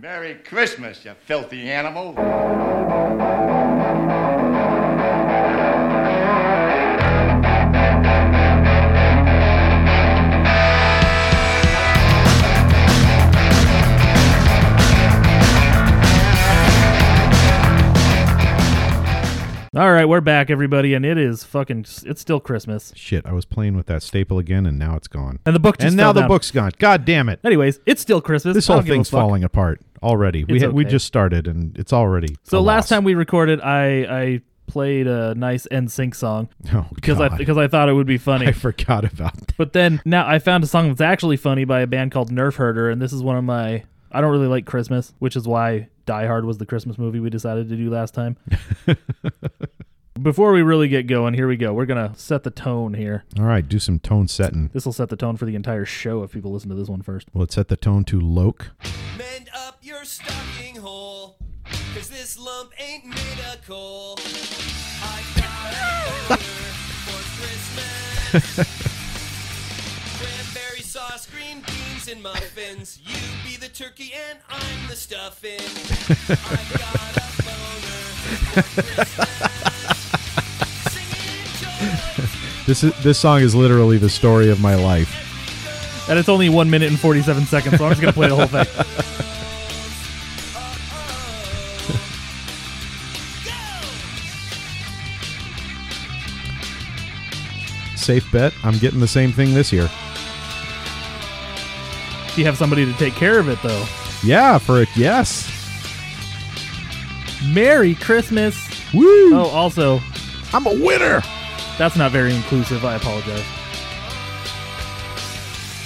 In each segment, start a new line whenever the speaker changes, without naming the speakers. Merry Christmas, you filthy animal.
All right, we're back, everybody, and it is fucking. It's still Christmas,
Shit, I was playing with that staple again, and now it's gone.
and the book just
And now
fell
the
down.
book's gone. God damn it!
Anyways, it's still Christmas.
This
I
whole
don't give a
thing's
fuck.
falling apart already. We
It's
ha- we
okay.
just started, and it's already.
So
a
last
loss.
time we recorded, I I played a nice end sync song
oh,
because I
God.
because I thought it would be funny.
I forgot about that.
But then now I found a song that's actually funny by a band called Nerf Herder, and this is one of my. I don't really like Christmas, which is why Die Hard was the Christmas movie we decided to do last time. Before we really get going, here we go. We're gonna set the tone here.
All right, do some tone setting.
This will set the tone for the entire show if people listen to this one first.
Well, let's set the tone to Loke.
Mend up your stocking hole, cause this lump ain't made of coal. I got a burger for Christmas. Cranberry sauce, green beans, and muffins. You be the turkey and I'm the stuffing. I got a boner for Christmas. Singing joy.
This is this song is literally the story of my life.
And it's only one minute and 47 seconds, so I'm just going to play the whole thing.
Safe bet, I'm getting the same thing this year.
You have somebody to take care of it, though.
Yeah, for a yes.
Merry Christmas.
Woo!
Oh, also,
I'm a winner.
that's not very inclusive. I apologize.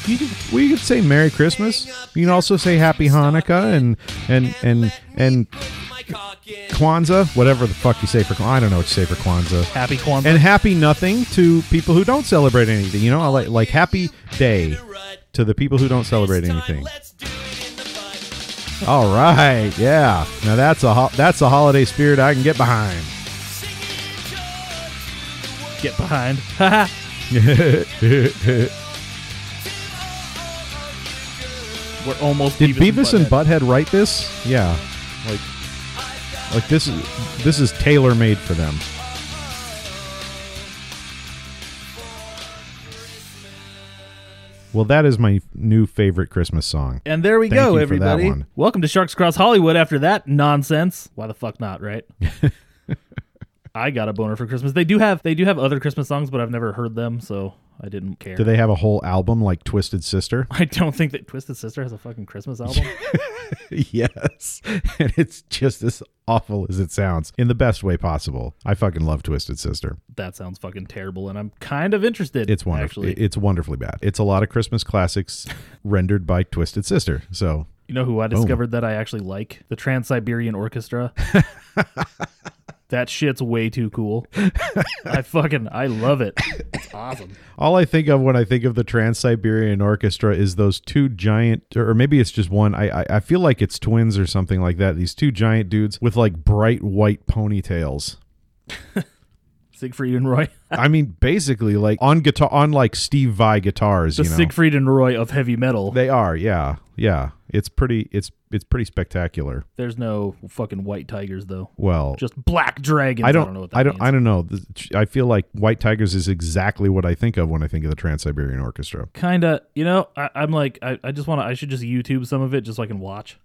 You could, well, you could say Merry Christmas. You can also say Happy Hanukkah and and and and
Put my cock in.
Kwanzaa, whatever the fuck you say for Kwanzaa. I don't know what you say for Kwanzaa.
Happy Kwanzaa.
And happy nothing to people who don't celebrate anything. You know, I like like happy day
Rut.
to the people who don't celebrate
This time,
anything.
Let's do it in the butt.
All right, yeah. Now that's a ho- that's a holiday spirit I can get behind.
Get behind. Haha. We're almost
Did Beavis, and
Butthead.
Butthead write this? Yeah, like like this is this is tailor made for them. Well, that is my new favorite Christmas song.
And there we
Thank
go,
you for that
everybody.
one.
Welcome to Sharks Cross Hollywood after that nonsense. Why the fuck not, right? I got a boner for Christmas. They do have they do have other Christmas songs, but I've never heard them, so I didn't care.
Do they have a whole album like Twisted Sister?
I don't think that Twisted Sister has a fucking Christmas album.
yes. And it's just as awful as it sounds in the best way possible. I fucking love Twisted Sister.
that sounds fucking terrible, and I'm kind of interested.
It's wonderful.
Actually,
It's wonderfully bad. It's a lot of Christmas classics rendered by Twisted Sister. So
you know who I discovered that I actually like? The Trans Siberian Orchestra. that shit's way too cool. I fucking I love it. It's awesome.
all I think of when I think of the Trans Siberian Orchestra is those two giant, or maybe it's just one. I, I I feel like it's twins or something like that. These two giant dudes with like bright white ponytails.
Siegfried and Roy.
I mean, basically like on guitar, on like Steve Vai guitars.
the
you know?
Siegfried and Roy of heavy metal.
They are, yeah, yeah. It's pretty. It's it's pretty spectacular.
There's no fucking white tigers though.
Well,
Just black dragons.
I don't,
know what that
I don't,
means.
I don't know. The- I feel like White Tigers is exactly what I think of when I think of the Trans Siberian Orchestra.
Kinda, you know, I, I'm like, I, I just want to, I should just YouTube some of it just so I can watch.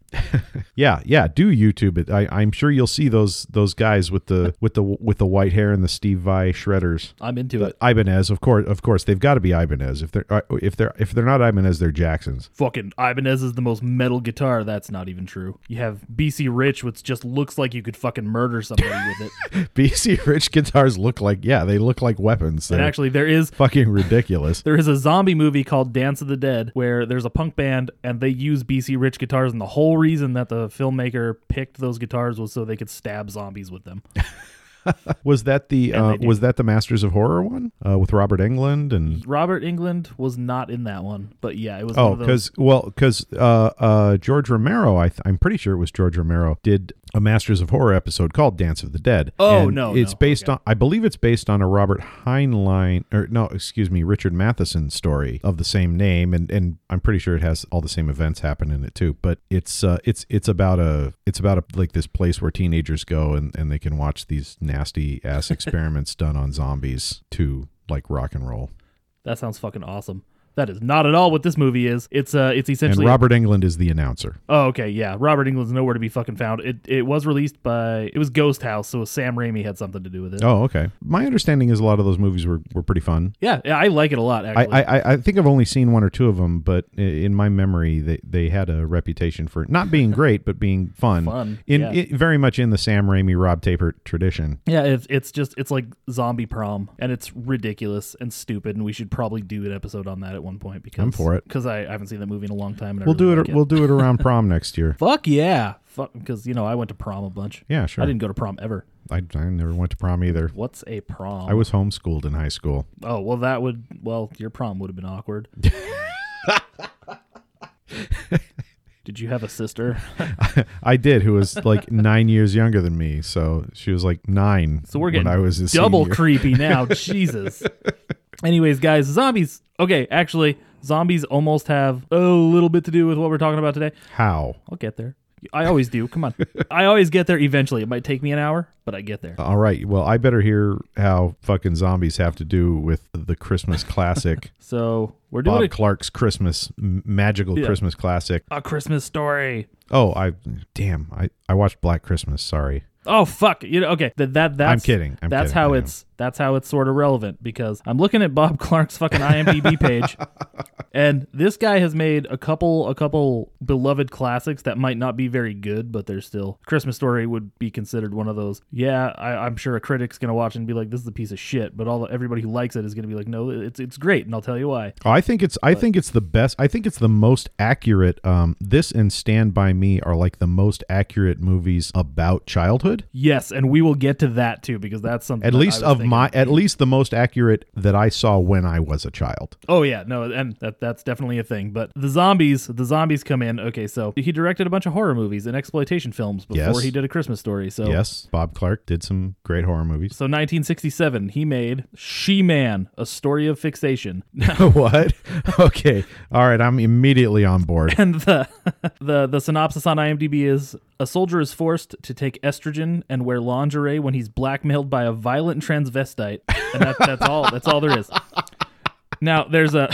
Yeah, yeah. Do YouTube it. I, I'm sure you'll see those those guys with the with the with the white hair and the Steve Vai shredders.
I'm into it.
Ibanez, of course, of course, they've got to be Ibanez. If they're uh, if they're if they're not Ibanez, they're Jacksons.
Fucking Ibanez is the most metal guitar. That's not even true. You have BC Rich, which just looks like you could fucking murder somebody with it.
BC Rich guitars look like yeah, they look like weapons. They're
And actually, there is
fucking ridiculous.
There is a zombie movie called Dance of the Dead where there's a punk band and they use BC Rich guitars, and the whole reason that the filmmaker picked those guitars was so they could stab zombies with them.
Was that the
And
uh,
they do.
was that the Masters of Horror one uh, with Robert Englund and
Robert England was not in that one, but yeah, it was. one
oh
of those-
because well because uh, uh, George Romero I th- I'm pretty sure it was George Romero did a Masters of Horror episode called Dance of the Dead.
Oh,
And
no,
It's
no.
based on I believe it's based on a Robert Heinlein or no, excuse me, Richard Matheson story of the same name and and I'm pretty sure it has all the same events happen in it too, but it's uh it's it's about a it's about a like this place where teenagers go and and they can watch these nasty ass experiments done on zombies to like rock and roll.
That sounds fucking awesome. That is not at all what this movie is. It's uh, it's
And
essentially.
Robert England is the announcer.
oh, okay, yeah. Robert England's nowhere to be fucking found. It it was released by it was Ghost House, so Sam Raimi had something to do with it.
Oh, okay. My understanding is a lot of those movies were, were pretty fun.
Yeah, yeah, I like it a lot.
I,
Actually,
I, I- I think I've only seen one or two of them, but i- in my memory, they, they had a reputation for not being great, but being fun.
Fun,
In,
yeah.
i- very much in the Sam Raimi, Rob Tapert tradition.
yeah, it's it's just it's like zombie prom, and it's ridiculous and stupid, and we should probably do an episode on that at one point because
I'm for it.
because I, I haven't seen that movie in a long time. And I
We'll
really
do it.
like
We'll do it around prom next year.
Fuck yeah, fuck because you know I went to prom a bunch.
Yeah, sure.
I didn't go to prom ever.
I, I never went to prom either.
What's a prom?
I was homeschooled in high school.
Oh well, that would well your prom would have been awkward. Did you have a sister?
I did, who was like nine years younger than me, so she was like nine.
So we're getting
when I was a
double
senior.
creepy now. Jesus. Anyways, guys, zombies. Okay, actually, zombies almost have a little bit to do with what we're talking about today.
How?
I'll get there. I always do. Come on. I always get there eventually. It might take me an hour, but I get there.
All right. Well, I better hear how fucking zombies have to do with the Christmas classic.
So we're doing
Bob
a,
Clark's Christmas m- magical
Yeah.
Christmas classic.
a Christmas story.
Oh, I damn, I I watched Black Christmas. Sorry,
Oh fuck! You know, okay. That that that's,
I'm kidding. I'm
that's
kidding.
how
I am.
it's that's how it's sort of relevant because I'm looking at Bob Clark's fucking IMDb page, and this guy has made a couple a couple beloved classics that might not be very good, but they're still Christmas Story would be considered one of those. Yeah, I, I'm sure a critic's gonna watch it and be like, "This is a piece of shit," but all everybody who likes it is gonna be like, "No, it's it's great," and I'll tell you why.
Oh, I think it's I think it's the best. I think it's the most accurate. Um, this and Stand by Me are like the most accurate movies about childhood.
Yes, and we will get to that too because that's something
At
that I
least
was
of
thinking.
my, at least the most accurate that I saw when I was a child.
Oh yeah, no, and that that's definitely a thing. But the zombies, the zombies come in. Okay, so he directed a bunch of horror movies and exploitation films before
Yes.
he did a Christmas story. So
Yes, Bob Clark did some great horror movies.
So 1967, he made She-Man: A Story of Fixation,
what? Okay, all right. I'm immediately on board.
and the the the synopsis on IMDb is: A soldier is forced to take estrogen and wear lingerie when he's blackmailed by a violent transvestite, and that, that's all. That's all there is. Now there's a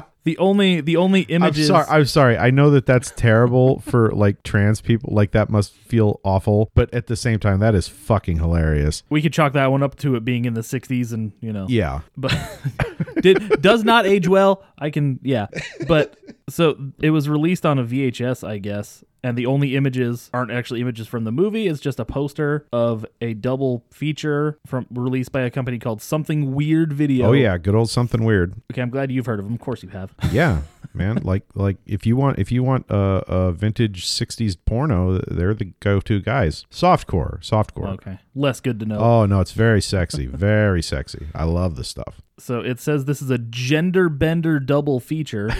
the only the only
I'm
images.
sorry. I'm sorry. I know that that's terrible for like trans people. Like that must feel awful. But at the same time, that is fucking hilarious.
we could chalk that one up to it being in the 60s and you know
Yeah.
but did does not age well i can yeah but so it was released on a vhs i guess and the only images aren't actually images from the movie it's just a poster of a double feature from released by a company called something weird video
Oh yeah. Good old something weird.
okay i'm glad you've heard of them of course you have
Yeah, man. like like if you want if you want a, a vintage '60s porno, they're the go-to guys. Softcore. Softcore.
okay less good to know
Oh no, it's very sexy. Very sexy. I love this stuff.
So it says this is a gender bender double feature.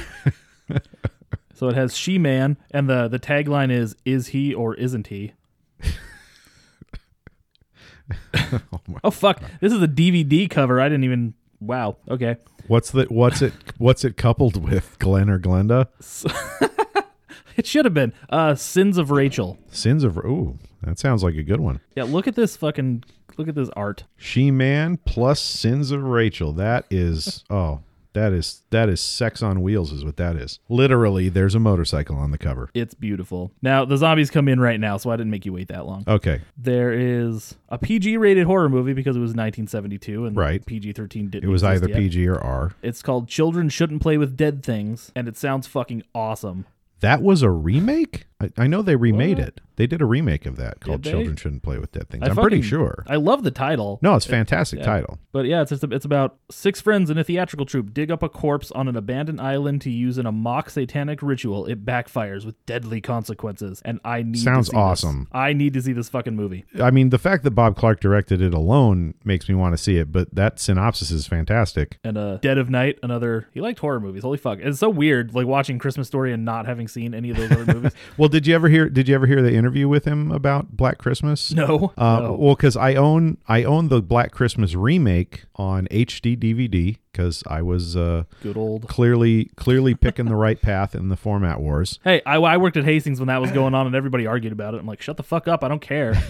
so it has She Man, and the, the tagline is Is he or isn't he? oh, fuck. This is a DVD cover. I didn't even. Wow. Okay.
What's the what's it what's it coupled with? Glenn or Glenda?
It should have been uh, Sins of Rachel.
Sins of Ooh, that sounds like a good one.
Yeah, look at this fucking. Look at this art.
She Man plus Sins of Rachel. That is oh, that is that is sex on wheels is what that is. Literally, there's a motorcycle on the cover.
It's beautiful. Now, the zombies come in right now, so I didn't make you wait that long.
Okay.
There is a PG rated horror movie because it was 1972 and
Right.
PG 13 didn't
It was
exist
either
yet.
PG or R.
It's called Children Shouldn't Play with Dead Things, and it sounds fucking awesome.
That was a remake? I, I know they remade
What?
it. They did a remake of that called
they?
Children Shouldn't Play with Dead Things.
I
I'm pretty
fucking-
sure.
I love the title.
no, it's a fantastic title.
But yeah, it's just, it's about six friends in a theatrical troupe dig up a corpse on an abandoned island to use in a mock satanic ritual. It backfires with deadly consequences, and I need
Sounds
to see this.
awesome.
I need to see this fucking movie.
I mean, the fact that Bob Clark directed it alone makes me want to see it, but that synopsis is fantastic.
And uh, Dead of Night, another he liked horror movies. Holy fuck! It's so weird, like watching Christmas Story and not having seen any of those other movies.
Well, did you ever hear? Did you ever hear the interview with him about Black Christmas?
No.
Uh,
no.
Well, because I own I own the Black Christmas remake on HD DVD because I was uh,
Good old.
clearly clearly picking the right path in the format wars.
Hey, I, I worked at Hastings when that was going on, and everybody argued about it. I'm like, shut the fuck up. I don't care.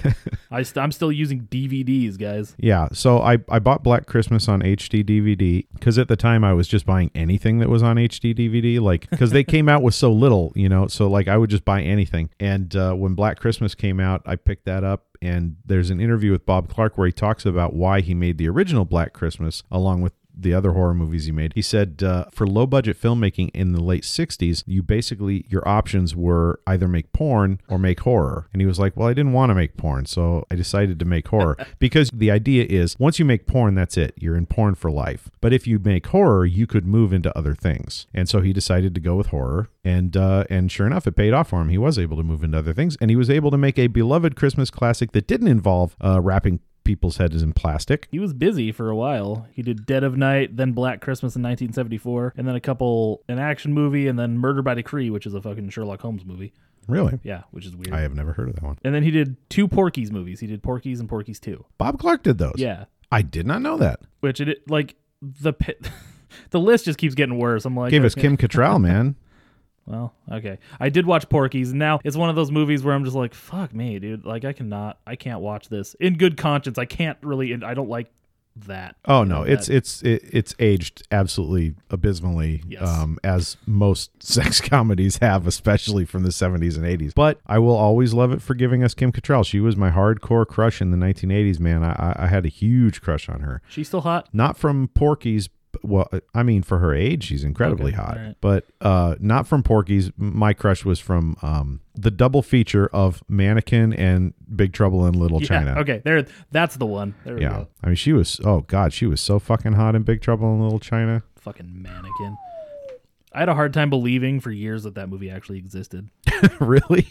I st- I'm still using DVDs, guys.
Yeah, so I, I bought Black Christmas on HD DVD because at the time I was just buying anything that was on HD DVD, like because they came out with so little, you know. So like I would just buy anything. And uh, when Black Christmas came out, I picked that up. And there's an interview with Bob Clark where he talks about why he made the original Black Christmas along with the other horror movies he made. He said uh, for low budget filmmaking in the late 60s, you basically, your options were either make porn or make horror. And he was like, Well, I didn't want to make porn, so I decided to make horror because the idea is once you make porn, that's it. You're in porn for life. But if you make horror, you could move into other things. And so he decided to go with horror. And, uh, and sure enough, it paid off for him. He was able to move into other things and he was able to make a beloved Christmas classic that didn't involve uh, wrapping people's heads in plastic.
He was busy for a while. He did Dead of Night, then Black Christmas in 1974, and then a couple, an action movie, and then Murder by Decree, which is a fucking Sherlock Holmes movie.
Really?
Yeah, which is weird.
I have never heard of that one.
and then he did two Porky's movies. He did Porky's and Porky's 2.
Bob Clark did those.
Yeah.
I did not know that.
Which it, like, the pit. The list just keeps getting worse. I'm like,
Gave us
okay.
Kim Cattrall, man.
Well, okay. I did watch Porky's, and now it's one of those movies where I'm just like, fuck me, dude. Like, I cannot, I can't watch this in good conscience. I can't really, and I don't like that.
Oh no, it's it's it, it's aged absolutely abysmally,
Yes.
um, as most sex comedies have, especially from the '70s and '80s. But I will always love it for giving us Kim Cattrall. She was my hardcore crush in the 1980s, man. I I- I had a huge crush on her.
She's still hot.
not from Porky's. Well, uh, I mean, for her age, she's incredibly
Okay,
hot,
all right.
but uh, not from Porky's. My crush was from um, the double feature of Mannequin and Big Trouble in Little
Yeah,
China.
Okay. There. That's the one. There we
Yeah,
go.
I mean, she was. Oh God, she was so fucking hot in Big Trouble in Little China.
Fucking mannequin. I had a hard time believing for years that that movie actually existed.
really,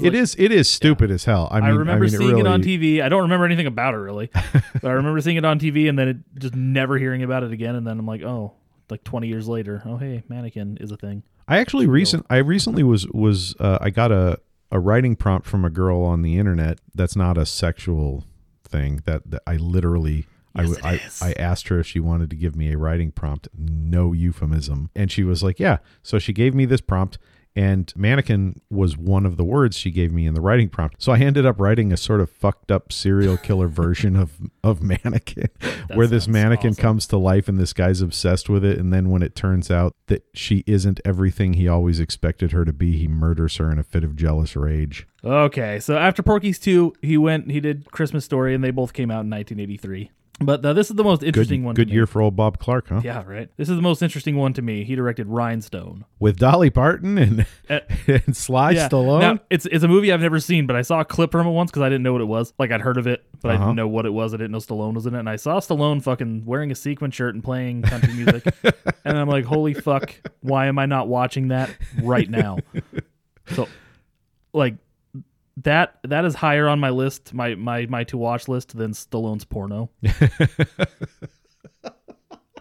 it is. It is stupid as hell. I mean,
I remember
mean,
seeing
really,
it on TV. I don't remember anything about it really, but I remember seeing it on TV and then it, just never hearing about it again. And then I'm like, oh, like 20 years later, oh hey, mannequin is a thing.
I actually recent I recently was was uh, I got a a writing prompt from a girl on the internet that's not a sexual thing that, that I literally I, w- I, I asked her if she wanted to give me a writing prompt no euphemism and she was like yeah so she gave me this prompt and mannequin was one of the words she gave me in the writing prompt so I ended up writing a sort of fucked up serial killer version of of mannequin where this
sounds
mannequin
awesome.
comes to life and this guy's obsessed with it and then when it turns out that she isn't everything he always expected her to be he murders her in a fit of jealous rage
Okay, so after Porky's 2, he went, he did Christmas Story, and they both came out in 1983. But uh, this is the most
good,
interesting one.
good
to me.
year for old bob clark huh
Yeah, right. This is the most interesting one to me. He directed Rhinestone.
with dolly parton and
Uh,
and sly
yeah.
stallone
Now, it's it's a movie I've never seen, but I saw a clip from it once because I didn't know what it was. Like I'd heard of it, but I
Uh-huh.
didn't know what it was. I didn't know Stallone was in it, and I saw Stallone fucking wearing a sequin shirt and playing country music, and I'm like, holy fuck, why am I not watching that right now? So, like that that is higher on my list, my my my to watch list than Stallone's porno.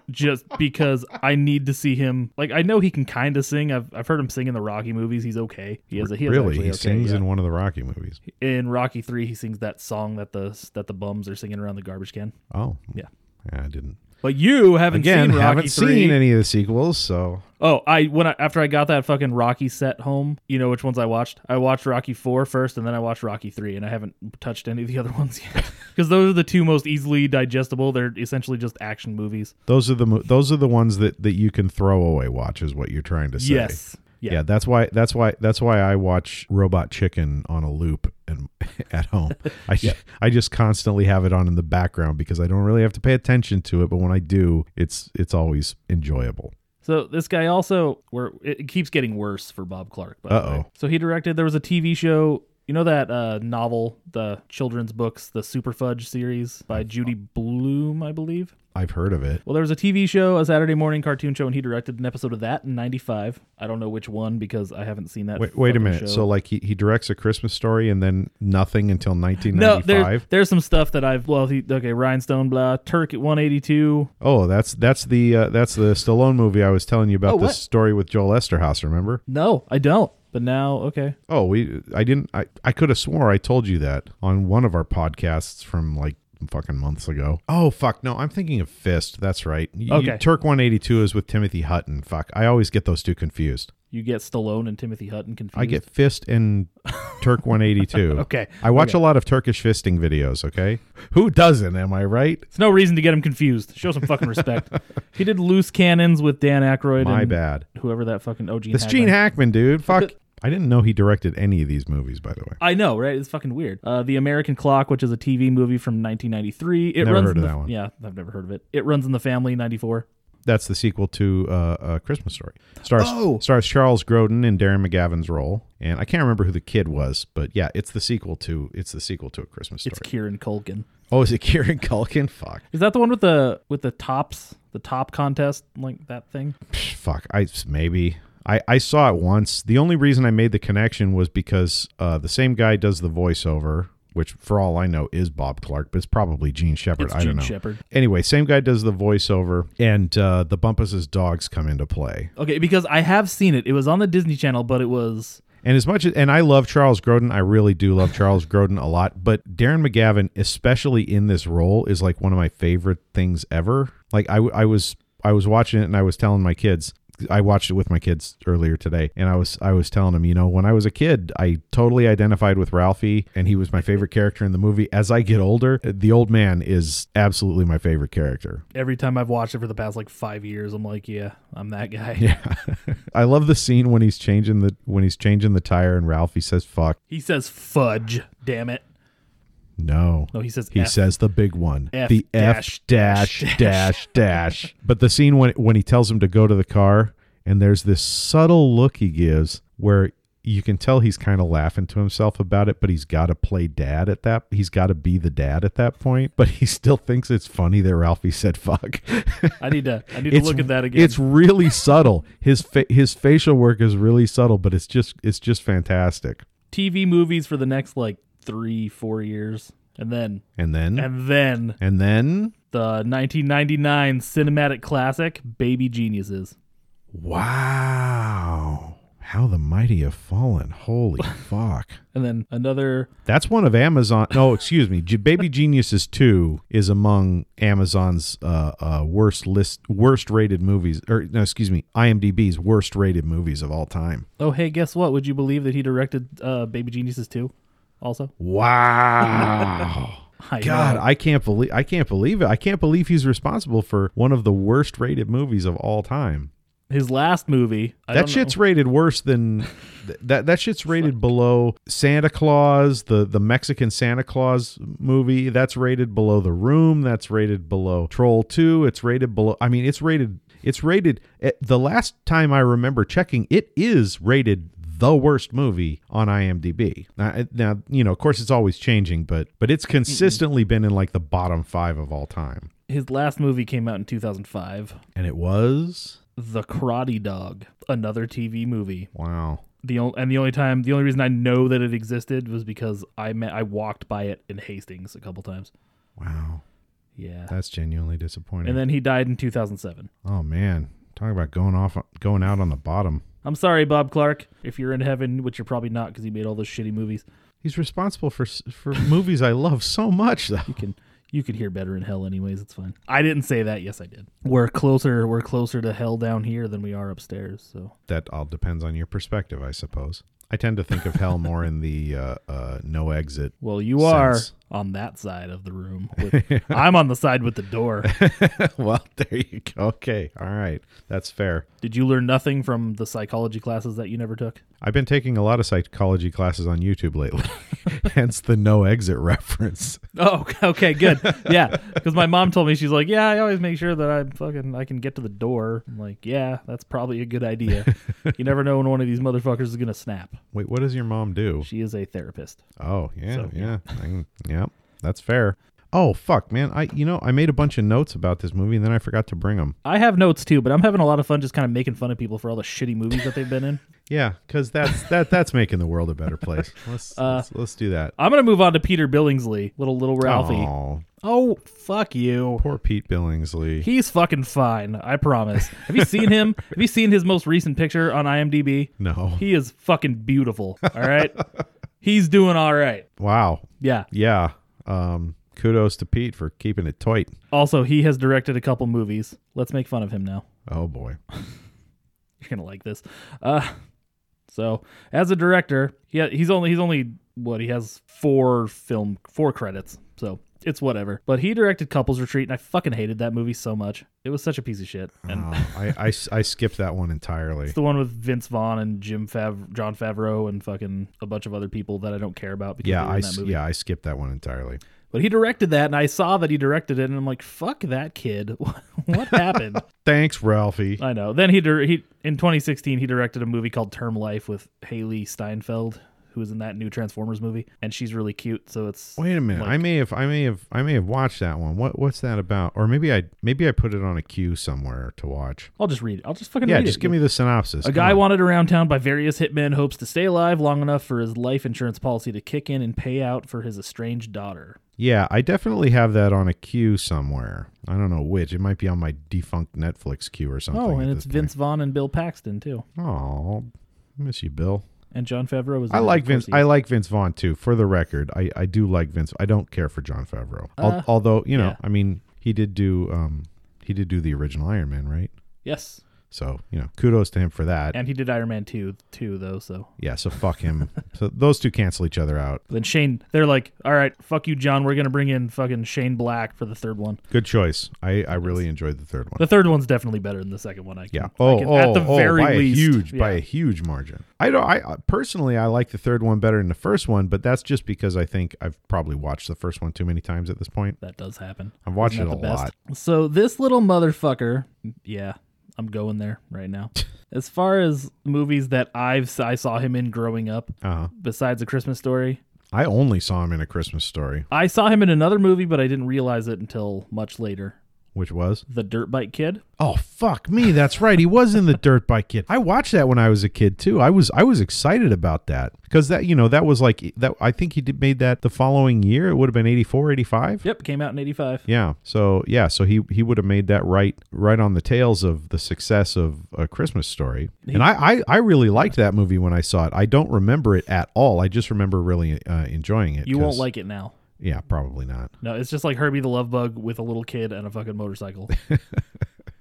Just because I need to see him, like I know he can kind of sing. I've, I've heard him sing in the Rocky movies. He's okay. He has a he is
really
actually
he
okay,
sings
yeah
in one of the rocky movies
in Rocky Three, he sings that song that the that the bums are singing around the garbage can.
oh
Yeah.
Yeah, i didn't
But you haven't
again
seen Rocky
haven't
Three.
seen any of the sequels so
Oh, I when I, after I got that fucking Rocky set home, you know which ones I watched. I watched Rocky Four first, and then I watched Rocky Three, and I haven't touched any of the other ones yet because those are the two most easily digestible. They're essentially just action movies.
those are the mo- those are the ones that that you can throw away watch is what you're trying to say
Yes.
Yeah.
Yeah.
that's why that's why that's why I watch Robot Chicken on a loop and at home. I I just constantly have it on in the background because I don't really have to pay attention to it, but when I do, it's it's always enjoyable.
So this guy also, where it keeps getting worse for Bob Clark. By the
Uh-oh.
way. So he directed. There was a TV show. You know that uh, novel, the children's books, the Super Fudge series by Judy Bloom, I believe.
I've heard of it.
Well, there was a TV show, a Saturday morning cartoon show, and he directed an episode of that in '95. I don't know which one because I haven't seen that.
Wait, wait a
fucking
minute.
show.
So like he, he directs a Christmas story and then nothing until
no, there's
1995.
there's some stuff that I've well, he, okay, Rhinestone, blah, Turk at 182.
oh, that's that's the uh, that's the Stallone movie I was telling you about.
Oh,
the
what?
story with Joel Esterhaus, remember?
No, I don't. But now, okay.
Oh, we I didn't I, I could have swore I told you that on one of our podcasts from like fucking months ago. Oh fuck, no, I'm thinking of Fist. That's right. You-
Okay.
Turk 182 is with Timothy Hutton. Fuck. I always get those two confused.
You get Stallone and Timothy Hutton confused.
I get Fist and Turk 182.
Okay.
I watch a lot of Turkish fisting videos, okay? Who doesn't, am I right?
It's no reason to get him confused. Show some fucking respect. he did loose cannons with Dan Aykroyd.
My
and
bad.
Whoever that fucking OG.
This Gene Hackman, dude. Fuck. I didn't know he directed any of these movies, by the way.
I know, right? It's fucking weird. Uh, the American Clock, which is a TV movie from 1993. It
Never
runs in
heard of
the-
that one.
Yeah, I've never heard of it. It runs in the family 94.
That's the sequel to uh, uh, Christmas Story. Stars
Oh!
stars Charles Grodin in Darren McGavin's role, and I can't remember who the kid was, but yeah, it's the sequel to it's the sequel to a Christmas Story.
It's Kieran Culkin.
oh, is it Kieran Culkin? Fuck,
Is that the one with the with the tops, the top contest, like that thing?
Psh, fuck. I maybe I I saw it once. The only reason I made the connection was because uh, the same guy does the voiceover. Which, for all I know, is Bob Clark, but it's probably Gene Shepard.
It's
I don't
Gene
know.
Shepard.
Anyway, same guy does the voiceover, and uh, the Bumpus' dogs come into play.
Okay, because I have seen it. It was on the Disney Channel, but it was
And as much as and I love Charles Grodin, I really do love Charles Grodin a lot, but Darren McGavin, especially in this role, is like one of my favorite things ever. Like I, w- I was I was watching it and I was telling my kids I watched it with my kids earlier today and I was I was telling them, you know, when I was a kid, I totally identified with Ralphie and he was my favorite character in the movie. As I get older, the old man is absolutely my favorite character.
every time I've watched it for the past like five years. I'm like, yeah, I'm that guy.
I love the scene when he's changing the when he's changing the tire and Ralphie says fuck
He says fudge. Damn it.
No.
No, he says
He
F.
says the big one.
F
the
dash
F dash dash dash. But the scene when when he tells him to go to the car and there's this subtle look he gives where you can tell he's kind of laughing to himself about it, but he's got to play dad at that. He's got to be the dad at that point, but he still thinks it's funny that Ralphie said fuck.
I need to. I need to look at that again.
It's really subtle. His fa- his facial work is really subtle, but it's just it's just fantastic.
TV movies for the next like three, four years, and then
And then
and then
and then
the 1999 cinematic classic Baby Geniuses.
Wow. How the mighty have fallen. Holy fuck.
And then another
That's one of Amazon. No, excuse me. G- Baby Geniuses 2 is among Amazon's uh, uh, worst list, worst rated movies, or no, excuse me, IMDb's worst rated movies of all time.
Oh, hey, guess what? Would you believe that he directed uh, Baby Geniuses 2 also?
Wow.
I
God,
know.
I can't believe I can't believe it. I can't believe he's responsible for one of the worst rated movies of all time.
His last movie. I
that
don't
shit's
know.
rated worse than th- that. That shit's rated below Santa Claus, the the Mexican Santa Claus movie. That's rated below The Room. That's rated below Troll Two. It's rated below. I mean, it's rated. It's rated. eh, The last time I remember checking, it is rated the worst movie on IMDb. Now, eh, now you know, of course, it's always changing, but but it's consistently been in like the bottom five of all time.
His last movie came out in 2005.
And it was
The Karate Dog, another TV movie.
wow.
The only and the only time, the only reason I know that it existed was because I met, I walked by it in Hastings a couple times.
Wow,
Yeah.
that's genuinely disappointing.
And then he died in 2007.
Oh man, talk about going off, going out on the bottom.
I'm sorry, Bob Clark, if you're in heaven, which you're probably not because he made all those shitty movies.
He's responsible for s- for movies I love so much, though.
You can you can hear better in hell anyways, it's fine. I didn't say that, yes I did. We're closer we're closer to hell down here than we are upstairs, so
That all depends on your perspective, I suppose. I tend to think of hell more in the uh, uh, no exit.
well you are
Sense.
on that side of the room. With, I'm on the side with the door.
well, there you go. Okay, all right, that's fair.
Did you learn nothing from the psychology classes that you never took?
I've been taking a lot of psychology classes on YouTube lately, hence the no exit reference.
Oh, okay, good. Yeah, because my mom told me she's like, yeah, I always make sure that I fucking I can get to the door. I'm like, yeah, that's probably a good idea. you never know when one of these motherfuckers is gonna snap.
Wait, what does your mom do?
She is a therapist.
Oh yeah,
So,
yeah, I can- yeah. That's fair. Oh fuck, man! I you know I made a bunch of notes about this movie and then I forgot to bring them.
I have notes too, but I'm having a lot of fun just kind of making fun of people for all the shitty movies that they've been in.
Yeah, because that's that that's making the world a better place. Let's
Uh,
let's, let's do that.
I'm gonna move on to Peter Billingsley, little little Ralphie.
Aw,
Oh, fuck you.
poor Pete Billingsley.
He's fucking fine. I promise. Have you seen him? Have you seen his most recent picture on IMDb?
no,
He is fucking beautiful. All right. He's doing all right.
wow,
Yeah.
yeah. Um, kudos to Pete for keeping it tight.
Also, he has directed a couple movies. Let's make fun of him now.
Oh boy,
You're gonna like this. Uh, so as a director, yeah, he's only he's only what he has four film four credits. So it's whatever. But he directed Couples Retreat, and I fucking hated that movie so much. It was such a piece of shit. And
Oh, I, I s- I skipped that one entirely.
It's the one with Vince Vaughn and Jim Fav, John Favreau, and fucking a bunch of other people that I don't care about because
Yeah,
they were
I
in that
s-
movie.
yeah I skipped that one entirely.
But he directed that, and I saw that he directed it, and I'm like, fuck that kid. what happened?
Thanks, Ralphie.
I know. Then he, dir- he in 2016 he directed a movie called Term Life with Haley Steinfeld, who was in that new Transformers movie, and she's really cute. So it's
Wait a minute. I may have I may have I may have watched that one. What what's that about? Or maybe I maybe I put it on a queue somewhere to watch.
I'll just read it. I'll just fucking
Yeah,
read
just
it.
give me the synopsis.
A
Come
guy
on.
wanted around town by various hitmen hopes to stay alive long enough for his life insurance policy to kick in and pay out for his estranged daughter.
Yeah, I definitely have that on a queue somewhere. I don't know which. It might be on my defunct Netflix queue or something.
Oh,
at
and it's
this
Vince Vaughn and Bill Paxton too,
Point. Oh, miss you, Bill.
and John Favreau was.
I
in it,
like
of course
Vince.
he
I
is.
like Vince Vaughn too. For the record, I, I do like Vince. I don't care for John Favreau. Al although you know,
Uh, yeah.
I mean, he did do um he did do the original Iron Man, right?
yes,
So you know, kudos to him for that.
and he did Iron Man two too though. So
yeah. So fuck him. so those two cancel each other out.
then Shane, they're like, all right, fuck you, John. We're gonna bring in fucking Shane Black for the third one.
Good choice. I I really enjoyed the third one.
The third one's definitely better than the second one. I can,
Yeah.
I
Oh,
can-
oh,
at the
oh,
very
by
least,
a huge by
yeah.
a huge margin. I don't. I uh, personally, I like the third one better than the first one, but that's just because I think I've probably watched the first one too many times at this point.
that does happen.
I've watched
Isn't
it
that
a
the best?
lot.
So this little motherfucker, yeah, I'm going there right now. as far as movies that I've I saw him in growing up,
Uh-huh.
besides A Christmas Story,
I only saw him in A Christmas Story,
I saw him in another movie, but I didn't realize it until much later.
which was
The Dirt Bike Kid.
oh fuck me, that's right. He was in the Dirt Bike Kid. I watched that when I was a kid too. I was I was excited about that because that you know that was like that. I think he did made that the following year. It would have been 84, 85.
Yep, came out in '85.
Yeah. So yeah. So he he would have made that right right on the tails of the success of a Christmas Story. and I, I I really liked that movie when I saw it. I don't remember it at all. I just remember really uh, enjoying it.
You won't
'cause-
like it now.
Yeah, probably not.
No, it's just like Herbie the Love Bug with a little kid and a fucking motorcycle.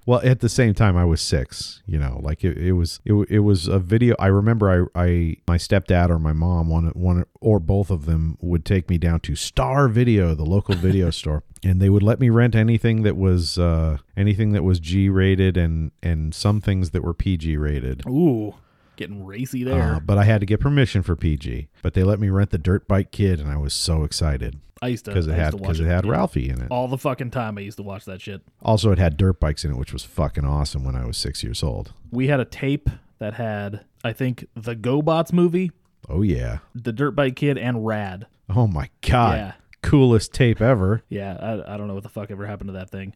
Well, at the same time, I was six. You know, like it, it was it, wa- it was a video. I remember I I my stepdad or my mom one one or both of them would take me down to Star Video, the local video store, and they would let me rent anything that was uh, anything that was G rated and and some things that were PG rated.
Ooh, getting racy there.
Uh, but I had to get permission for PG. But they let me rent the Dirt Bike Kid, and I was so excited
I used to
because
I
it
used
had
to Oh.
because
watch
it had Ralphie in it.
all the fucking time. I used to watch that shit.
Also, it had dirt bikes in it, which was fucking awesome when I was six years old.
We had a tape that had I think the GoBots movie,
Oh yeah.
the Dirt Bike Kid, and Rad.
Oh my god.
Yeah.
Coolest tape ever.
Yeah, I, I don't know what the fuck ever happened to that thing.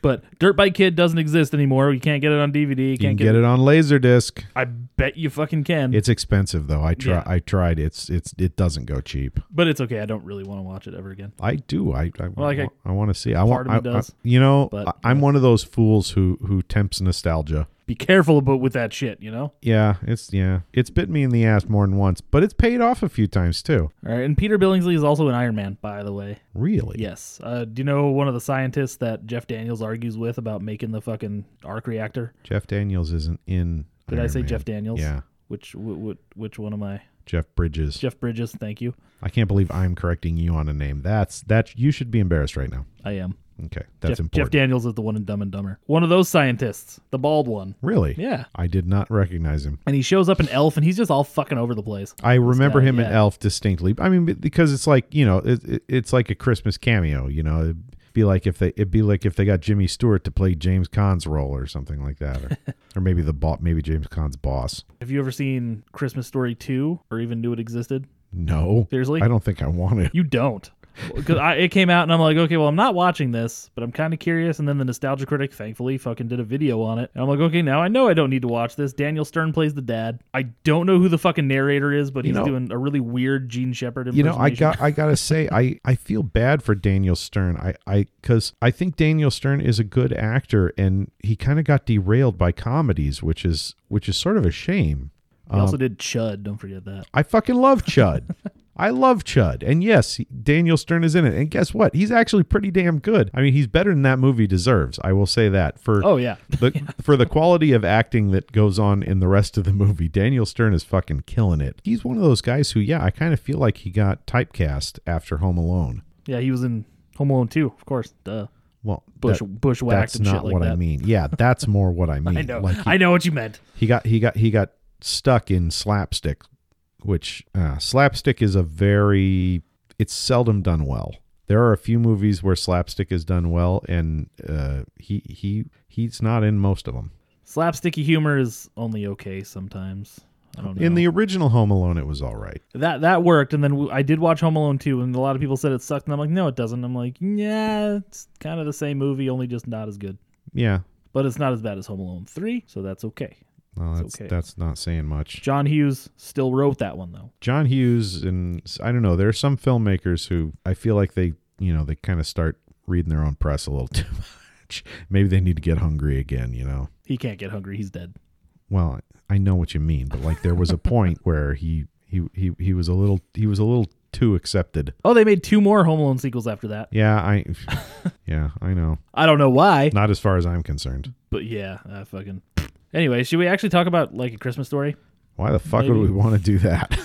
but Dirt Bike Kid doesn't exist anymore. You can't get it on DVD. You
You can
can't
get it on Laserdisc.
I bet you fucking can.
It's expensive though. I try
Yeah.
I tried. It's it's it doesn't go cheap.
but it's okay. I don't really want to watch it ever again.
I do. I I,
like, I-
want to see. I want
of me
I,
does.
I- you know,
But-
I, am one of those fools who who tempts nostalgia.
Be careful about with that shit. You know.
Yeah, it's yeah. It's bit me in the ass more than once, but it's paid off a few times too.
All right. And Peter Billingsley is also an Iron Man, by the way.
Really?
Yes. Uh, do you know one of the scientists that Jeff Daniels argues with about making the fucking arc reactor?
Jeff Daniels isn't in
Did I
Iron
say
Man.
Jeff Daniels?
Yeah.
Which which which one am I?
Jeff Bridges.
Jeff Bridges. Thank you.
I can't believe I'm correcting you on a name. That's that you should be embarrassed right now.
I am.
Okay.
Jeff,
That's
Jeff
important.
Daniels is the one in Dumb and Dumber. One of those scientists, the bald one.
really?
Yeah.
I did not recognize him.
And he shows up in Elf, and he's just all fucking over the place.
I remember
guy,
him in
yeah.
Elf distinctly. I mean, be- because it's like you know, it, it, it's like a Christmas cameo. You know, it'd be like if they it'd be like if they got Jimmy Stewart to play James Caan's role or something like that, or, or maybe the bo- maybe James Caan's boss.
Have you ever seen Christmas Story two, or even knew it existed?
No,
Seriously?
I don't think I want to.
You don't. because it came out and I'm like, okay, well, I'm not watching this, but I'm kind of curious. And then the Nostalgia Critic, thankfully, fucking did a video on it. And I'm like, okay, now I know I don't need to watch this. Daniel Stern plays the dad. I don't know who the fucking narrator is, but
You
he's
know-
doing a really weird Gene Shepard
you know
impersonation.
i got i gotta say i i feel bad for daniel stern i i because i think daniel stern is a good actor and he kind of got derailed by comedies which is which is sort of a shame
He
Um,
also did Chud. Don't forget that.
i fucking love chud I love Chud. And yes, he- Daniel Stern is in it. And guess what? He's actually pretty damn good. I mean, he's better than that movie deserves. I will say that. For
Oh yeah,
the for the quality of acting that goes on in the rest of the movie, Daniel Stern is fucking killing it. He's one of those guys who, yeah, I kind of feel like he got typecast after Home Alone.
yeah, he was in Home Alone 2, of course. Duh.
Well,
Bush
that-
bushwhacked
that's
and
not
shit like
what
that.
I mean. Yeah, that's more what I mean.
I know.
Like he,
I know what you meant.
he got he got he got stuck in slapstick, which uh, slapstick is a very it's seldom done well. There are a few movies where slapstick is done well, and uh, he he he's not in most of them.
Slapsticky humor is only okay sometimes. I don't know.
In the original Home Alone, it was all right.
that that worked and then w- i did watch home alone 2 and a lot of people said it sucked and i'm like no it doesn't i'm like yeah it's kind of the same movie only just not as good
Yeah,
but it's not as bad as home alone 3 so that's okay
Well, that's
okay.
that's not saying much.
john hughes still wrote that one though
John Hughes and I don't know. There are some filmmakers who I feel like they you know they kind of start reading their own press a little too much. Maybe they need to get hungry again. You know.
he can't get hungry he's dead
Well, I know what you mean, but like there was a point where he he he he was a little he was a little too accepted.
oh they made two more home alone sequels after that
Yeah, I yeah I know.
i don't know why
Not as far as I'm concerned.
but yeah i fucking anyway should we actually talk about like a christmas story
Why the fuck would
Maybe.
we want to do that?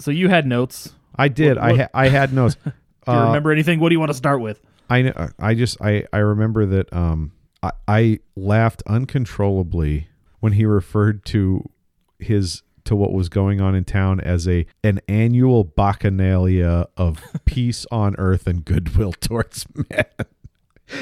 so you had notes
I did. I ha- I had notes.
do you
Uh,
remember anything what do you want to start with
I know. I just I I remember that um I, I laughed uncontrollably when he referred to his to what was going on in town as a an annual bacchanalia of peace on earth and goodwill towards men.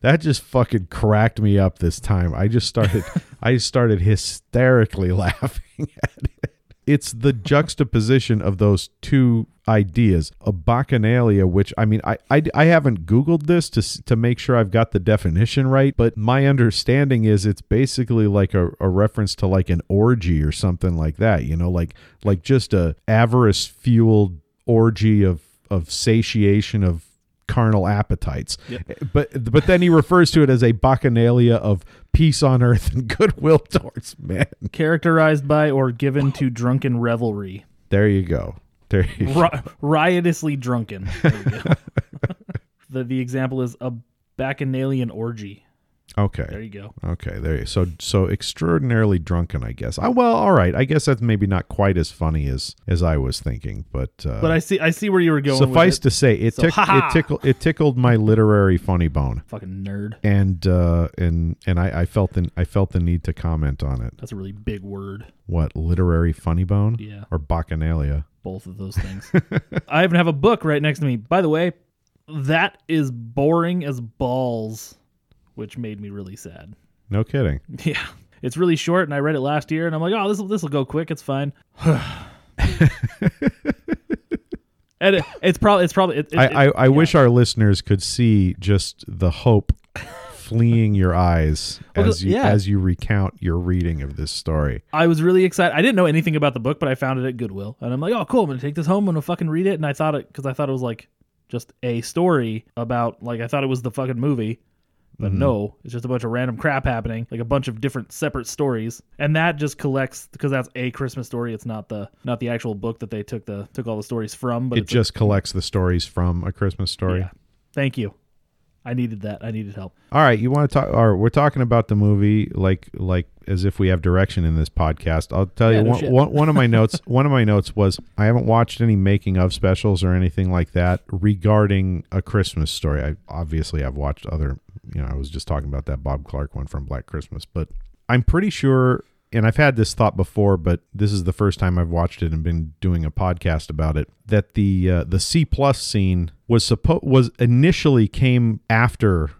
that just fucking cracked me up this time. I just started I started hysterically laughing at it. It's the juxtaposition of those two ideas, a bacchanalia, which I mean, I, I, I haven't Googled this to, s- to make sure I've got the definition right, but my understanding is it's basically like a, a reference to like an orgy or something like that, you know, like like just a avarice fueled orgy of of satiation of carnal appetites. But but then he refers to it as a bacchanalia of peace on earth and goodwill towards men.
characterized by or given to drunken revelry
There you go. There you go.
Ri- riotously drunken. There you go. the the example is a bacchanalian orgy. There
Okay.
you go.
Okay. There you so so extraordinarily drunken, I guess. Oh well, all right. I guess that's maybe not quite as funny as as I was thinking, but uh
But I see I see where you were going.
suffice
with it.
to say it
So,
tick-
ha-ha.
it tickled it tickled my literary funny bone.
fucking nerd.
And uh and and I, I felt the I felt the need to comment on it.
That's a really big word.
What, literary funny bone?
Yeah.
Or bacchanalia.
Both of those things. I even have a book right next to me. By the way, that is boring as balls, which made me really sad.
No kidding.
Yeah. It's really short and I read it last year and I'm like, "Oh, this this will go quick. It's fine." and it, it's probably it's probably it, it-
I, I, I wish our listeners could see just the hope fleeing your eyes
Well,
as you
yeah.
as you recount your reading of this story.
I was really excited. I didn't know anything about the book, but I found it at Goodwill, and I'm like, "Oh, cool! I'm gonna take this home. I'm gonna fucking read it." And I thought it because I thought it was like just a story about like I thought it was the fucking movie, but
Mm-hmm.
no, it's just a bunch of random crap happening, like a bunch of different separate stories, and that just collects because that's a Christmas story. It's not the not the actual book that they took the took all the stories from, but
It
it's a-
just collects the stories from a Christmas story.
yeah. Thank you. I needed that. I needed help.
All right, you want to talk? Or we're talking about the movie, like like as if we have direction in this podcast. I'll tell
Yeah,
you
no
one,
shit.
one, one of my notes. One of my notes was I haven't watched any making of specials or anything like that regarding a Christmas story. I obviously I've watched other. You know, I was just talking about that Bob Clark one from Black Christmas, but I'm pretty sure. And I've had this thought before, but this is the first time I've watched it and been doing a podcast about it. That the uh, the C plus scene was supposed was initially came after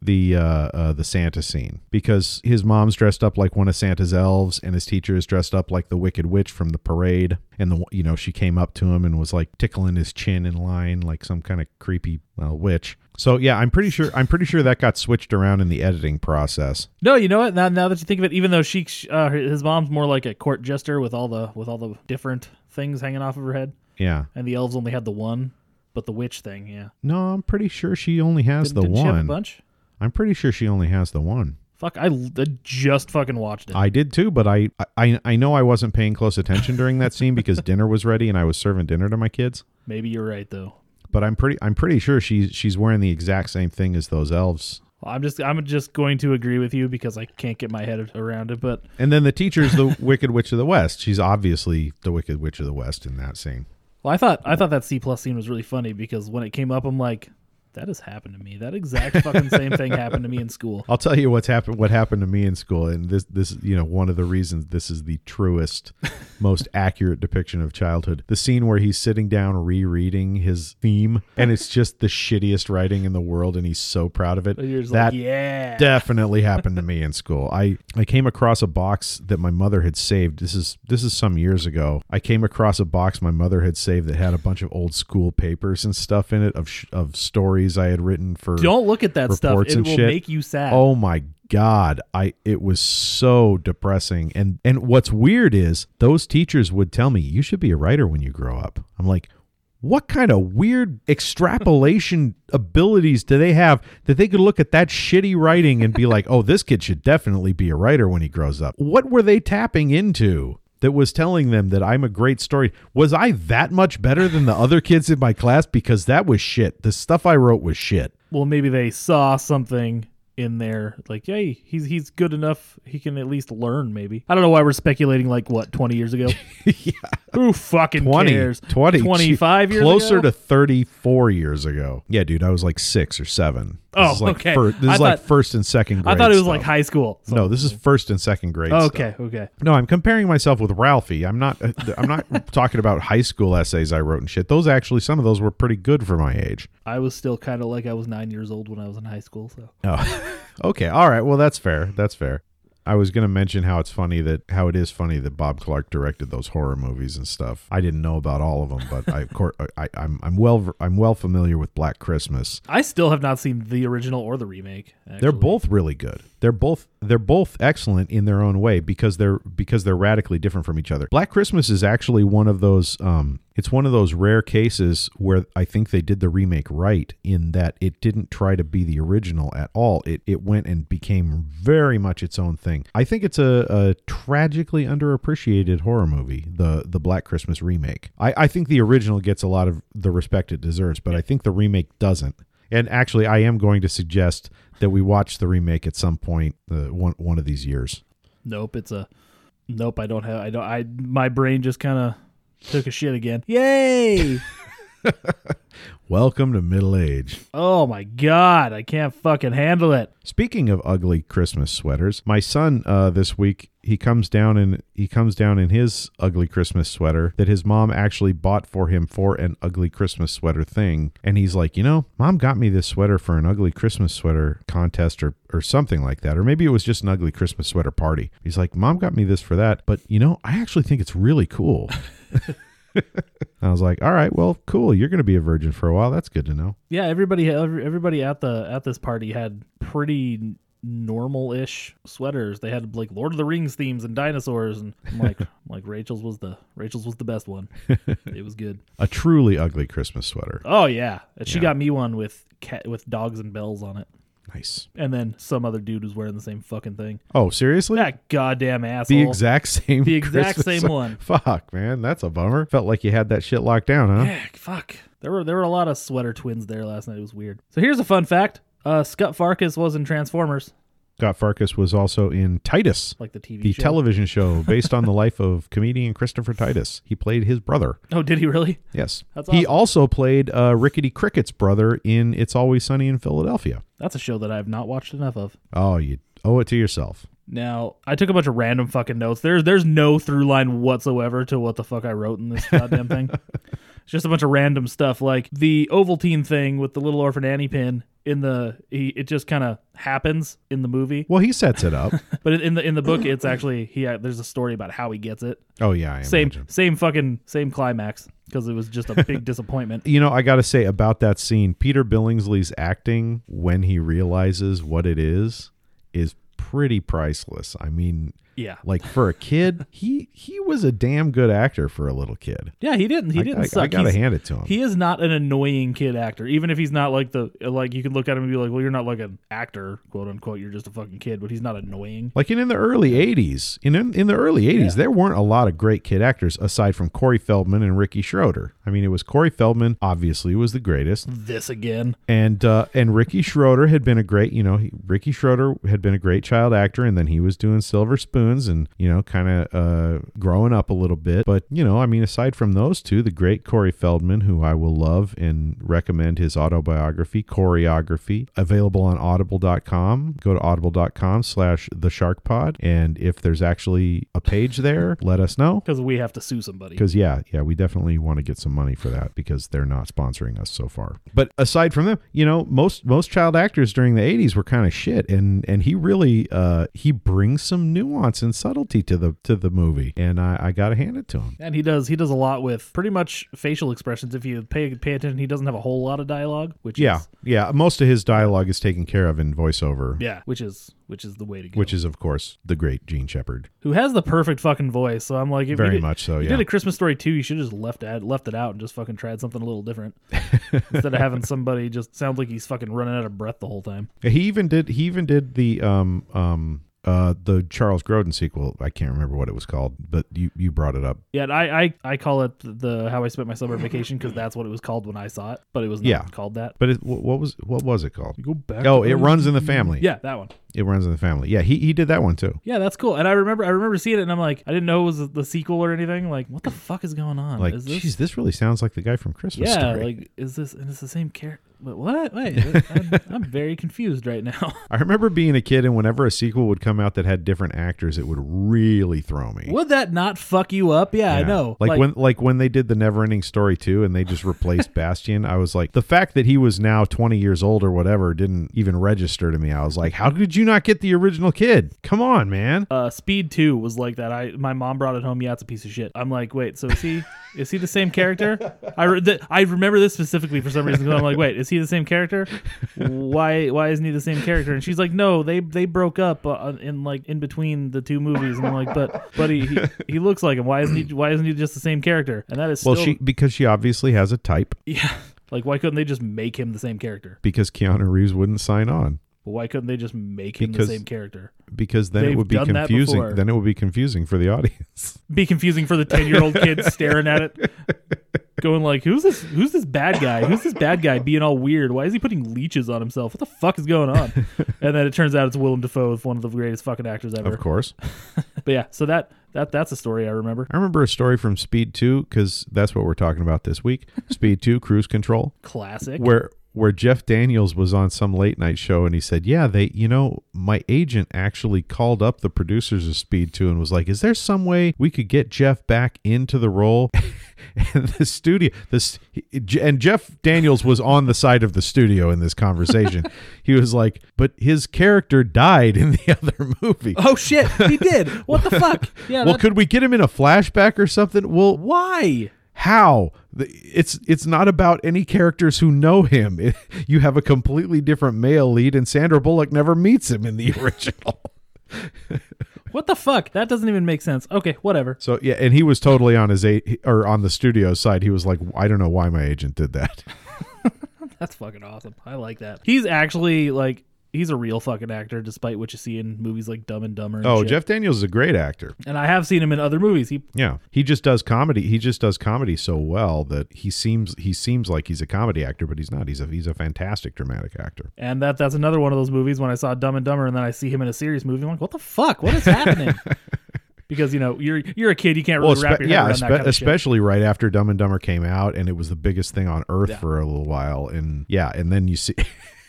the uh, uh, the Santa scene because his mom's dressed up like one of Santa's elves, and his teacher is dressed up like the Wicked Witch from the parade. And the you know she came up to him and was like tickling his chin in line like some kind of creepy well, witch. So yeah, I'm pretty sure I'm pretty sure that got switched around in the editing process.
No, you know what? Now, now that you think of it, even though she, uh, his mom's more like a court jester with all the with all the different things hanging off of her head,
Yeah.
and the elves only had the one, but the witch thing, yeah,
No, I'm pretty sure she only has
didn't,
the
didn't she have a
one.
bunch?
I'm pretty sure she only has the one.
Fuck, I, l- I just fucking watched it.
I did too, but I, I I know I wasn't paying close attention during that scene because dinner was ready and I was serving dinner to my kids.
Maybe you're right though.
But I'm pretty I'm pretty sure she's she's wearing the exact same thing as those elves.
Well, I'm just I'm just going to agree with you because I can't get my head around it. But
And then the teacher's the Wicked Witch of the West. She's obviously the Wicked Witch of the West in that scene.
well, I thought I thought that C plus scene was really funny because when it came up, I'm like, that has happened to me. That exact fucking same thing happened to me in school.
I'll tell you what's happened what happened to me in school and this this you know one of the reasons this is the truest most accurate depiction of childhood the scene where he's sitting down rereading his theme and it's just the shittiest writing in the world and he's so proud of it
You're just
that
like, yeah.
definitely happened to me in school. I, I came across a box that my mother had saved. This is this is some years ago. I came across a box my mother had saved that had a bunch of old school papers and stuff in it of sh- of stories I had written for
Don't look at that stuff.
reports
It
and
will
shit.
make you sad.
Oh my god, I it was so depressing. And and what's weird is those teachers would tell me you should be a writer when you grow up. I'm like, what kind of weird extrapolation abilities do they have that they could look at that shitty writing and be like, "Oh, this kid should definitely be a writer when he grows up." What were they tapping into? That was telling them that I'm a great story. Was I that much better than the other kids in my class? Because that was shit. The stuff I wrote was shit.
Well, maybe they saw something in there, like, hey, he's he's good enough. He can at least learn. Maybe I don't know why we're speculating. Like what, twenty years ago? Who fucking
20,
cares?
20
25
gee,
years
closer
ago?
to 34 years ago yeah dude i was like six or seven this
Oh,
is like
okay.
fir- this
I
is like
thought-
first and second grade
I thought it was
stuff.
like high school. So-
no this is first and second grade
Oh,
stuff.
okay, okay.
no i'm comparing myself with ralphie i'm not uh, i'm not talking about high school essays i wrote and shit those actually some of those were pretty good for my age
I was still kind of like I was nine years old when I was in high school. So
Oh, okay. All right. Well, that's fair. That's fair. I was going to mention how it's funny that how it is funny that Bob Clark directed those horror movies and stuff. I didn't know about all of them, but I, of course, I, I'm I'm well I'm well familiar with Black Christmas.
I still have not seen the original or the remake. Actually.
They're both really good. They're both they're both excellent in their own way because they're because they're radically different from each other. Black Christmas is actually one of those um it's one of those rare cases where I think they did the remake right in that it didn't try to be the original at all. It it went and became very much its own thing. I think it's a, a tragically underappreciated horror movie, the the Black Christmas remake. I, I think the original gets a lot of the respect it deserves, but I think the remake doesn't. And actually, I am going to suggest that we watch the remake at some point, uh, one one of these years.
Nope. It's a nope. I don't have. I don't. I my brain just kind of took a shit again. Yay!
Welcome to middle age.
oh my god! I can't fucking handle it.
Speaking of ugly Christmas sweaters, my son uh, this week he comes down and he comes down in his ugly Christmas sweater that his mom actually bought for him for an ugly Christmas sweater thing, and he's like, you know, mom got me this sweater for an ugly Christmas sweater contest or or something like that, or maybe it was just an ugly Christmas sweater party. He's like, mom got me this for that, but you know, I actually think it's really cool. I was like, all right, well, cool. You're going to be a virgin for a while. That's good to know.
Yeah, everybody, every- everybody at the at this party had pretty normal-ish sweaters. They had like Lord of the Rings themes and dinosaurs, and I'm like, I'm like Rachel's was the Rachel's was the best one. It was good.
A truly ugly Christmas sweater.
Oh yeah, and she got me one with cat with dogs and bells on it,
Nice.
and then some other dude was wearing the same fucking thing.
Oh, seriously?
That goddamn asshole.
The exact same.
The exact
Christmas
same
song.
one.
Fuck, man, that's a bummer. Felt like you had that shit locked down, huh?
Heck, fuck. There were there were a lot of sweater twins there last night. It was weird. So here's a fun fact: uh, Scott Farkas was in Transformers,
Scott Farkas was also in Titus,
like the TV
the
show.
television show based on the life of comedian Christopher Titus. He played his brother.
oh, did he really?
Yes,
That's
he
awesome.
also played uh, Rickety Cricket's brother in It's Always Sunny in Philadelphia.
That's a show that I have not watched enough of.
Oh, you owe it to yourself.
Now, I took a bunch of random fucking notes. There's there's no through line whatsoever to what the fuck I wrote in this goddamn thing. It's just a bunch of random stuff like the Ovaltine thing with the little orphan Annie pin in the he, it just kind of happens in the movie.
Well, he sets it up.
But in the in the book it's actually he there's a story about how he gets it.
Oh yeah, I
Same
imagine.
same fucking same climax because it was just a big disappointment.
You know, I got to say about that scene, Peter Billingsley's acting when he realizes what it is is pretty priceless. I mean,
Yeah.
like for a kid, he he was a damn good actor for a little kid.
Yeah, he didn't. He
I-
didn't
I- I
suck.
gotta
He's-
hand it to him.
He is not an annoying kid actor, even if he's not like the like you could look at him and be like, well, you're not like an actor, quote unquote. You're just a fucking kid, but he's not annoying.
Like in, in the early '80s, in in, in the early '80s, there weren't a lot of great kid actors aside from Corey Feldman and Ricky Schroeder. I mean, it was Corey Feldman obviously was the greatest,
This again.
and uh, and Ricky Schroeder had been a great, you know, he, Ricky Schroeder had been a great child actor, and then he was doing Silver Spoons, and you know, kind of uh, growing up a little bit. But you know, I mean, aside from those two, the great Corey Feldman, who I will love and recommend his autobiography, Choreography, available on Audible.com. Go to audible.com/slash The Shark Pod, and if there's actually a page there, let us know.
Because we have to sue somebody.
Because yeah, yeah, we definitely want to get some money for that because they're not sponsoring us so far. But aside from them, you know, most most child actors during the '80s were kind of shit, and and he really uh, he brings some nuance and subtlety to the to the movie, and I, I gotta hand it to him.
And he does he does a lot with pretty much facial expressions. If you pay pay attention, he doesn't have a whole lot of dialogue, which
Yeah,
is,
yeah, most of his dialogue is taken care of in voiceover,
yeah, which is which is the way to go.
which is of course the great Gene Shepard.
who has the perfect fucking voice. So I'm like, if
Very
you did,
much so,
if You
yeah.
did a Christmas story too. You should have just left it left it out and just fucking tried something a little different instead of having somebody just sound like he's fucking running out of breath the whole time.
He even did he even did the um um. Uh, the Charles Grodin sequel. I can't remember what it was called, but you, you brought it up.
Yeah, and I I, I call it the How I Spent My Summer Vacation because that's what it was called when I saw it, but it was not
Yeah.
called that.
But it, wh- what was what was it called?
Go back.
Oh, it runs in the family.
Yeah, that one.
it runs in the family. Yeah, he, he did that one too.
Yeah, that's cool. And I remember I remember seeing it and I'm like, I didn't know it was the sequel or anything. Like, what the fuck is going on?
Like,
Oh, is this
geez, this really sounds like the guy from Christmas
Yeah,
Story.
like is this and it's the same character? But what? Wait, I'm, I'm very confused right now.
I remember being a kid, and whenever a sequel would come out that had different actors, it would really throw me.
Would that not fuck you up? Yeah, I
Yeah.
know.
Like, when like when they did the Neverending Story two, and they just replaced Bastion. I was like, the fact that he was now twenty years old or whatever didn't even register to me. I was like, how did you not get the original kid? Come on, man.
uh, Speed Two was like that. I my mom brought it home. Yeah, it's a piece of shit. I'm like, wait, so is he is he the same character? I re- th- I remember this specifically for some reason. 'cause I'm like, wait, is he the same character? Why why isn't he the same character? And she's like, no, they they broke up uh, in like in between the two movies. And I'm like, but but he, he he looks like him. Why isn't he why isn't he just the same character? And that is still
Well, she because she obviously has a type
yeah. Like why couldn't they just make him the same character?
because Keanu Reeves wouldn't sign on.
But why couldn't they just make him
Because-
the same character?
because then it
They've
would be
done that
confusing.
before.
Then it would be confusing for the audience.
be confusing for the 10 year old kid staring at it going like who's this who's this bad guy who's this bad guy being all weird why is he putting leeches on himself what the fuck is going on and then it turns out it's willem dafoe with one of the greatest fucking actors ever
Of course,
but yeah so that that that's a story i remember
I remember a story from Speed Two because that's what we're talking about this week. Speed Two, Cruise Control,
classic
where where Jeff Daniels was on some late night show and he said, "Yeah, they, you know, my agent actually called up the producers of Speed Two and was like, is there some way we could get Jeff back into the role?" And the studio, this, and Jeff Daniels was on the side of the studio in this conversation. he was like, "But his character died in the other movie.
oh shit he did what the fuck yeah
well,
that-
could we get him in a flashback or something? Well,
why
how? The- It's it's not about any characters who know him. It- you have a completely different male lead, and Sandra Bullock never meets him in the original.
what the fuck that doesn't even make sense okay whatever
so yeah, and he was totally on his a or on the studio side. He was like, I don't know why my agent did that.
That's fucking awesome. I like that. He's actually like he's a real fucking actor, despite what you see in movies like Dumb and Dumber. And
Oh,
shit.
Jeff Daniels is a great actor.
And I have seen him in other movies. He
Yeah, he just does comedy. He just does comedy so well that he seems he seems like he's a comedy actor, but he's not. He's a he's a fantastic dramatic actor.
and that that's another one of those movies when I saw Dumb and Dumber, and then I see him in a serious movie. I'm like, what the fuck? What is happening? because you know you're you're a kid, you can't really
Well,
wrap
espe-
your head
yeah,
around
espe-
that kind of shit.
especially right after Dumb and Dumber came out, and it was the biggest thing on earth for a little while. And yeah, and then you see,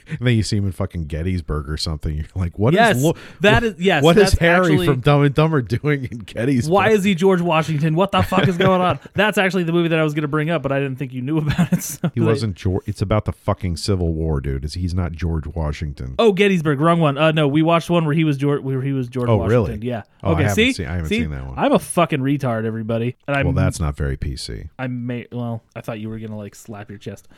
And then you see him in fucking Gettysburg or something. You're like, what is
Yes,
Lo-
that is- yes,
What is
that's
Harry
actually-
from Dumb and Dumber doing in Gettysburg?
Why is he George Washington? What the fuck is going on? That's actually the movie that I was going to bring up, but I didn't think you knew about it. So
he wasn't George? It's about the fucking Civil War, dude. It's, he's not George Washington.
Oh, Gettysburg, wrong one. Uh, no, we watched one where he was George. Where he was George.
Oh,
Washington.
really?
Yeah.
Oh, I
okay.
haven't
see,
seen- I haven't
See?
seen that one.
I'm a fucking retard, everybody. And I'm.
well, that's not very PC.
I may. Well, I thought you were gonna like slap your chest.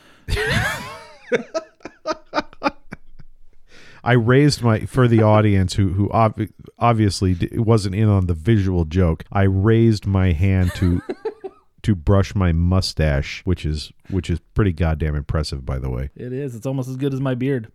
I raised my for the audience who who obvi- obviously d- wasn't in on the visual joke. I raised my hand to to brush my mustache, which is which is pretty goddamn impressive, by the way.
It is. It's almost as good as my beard.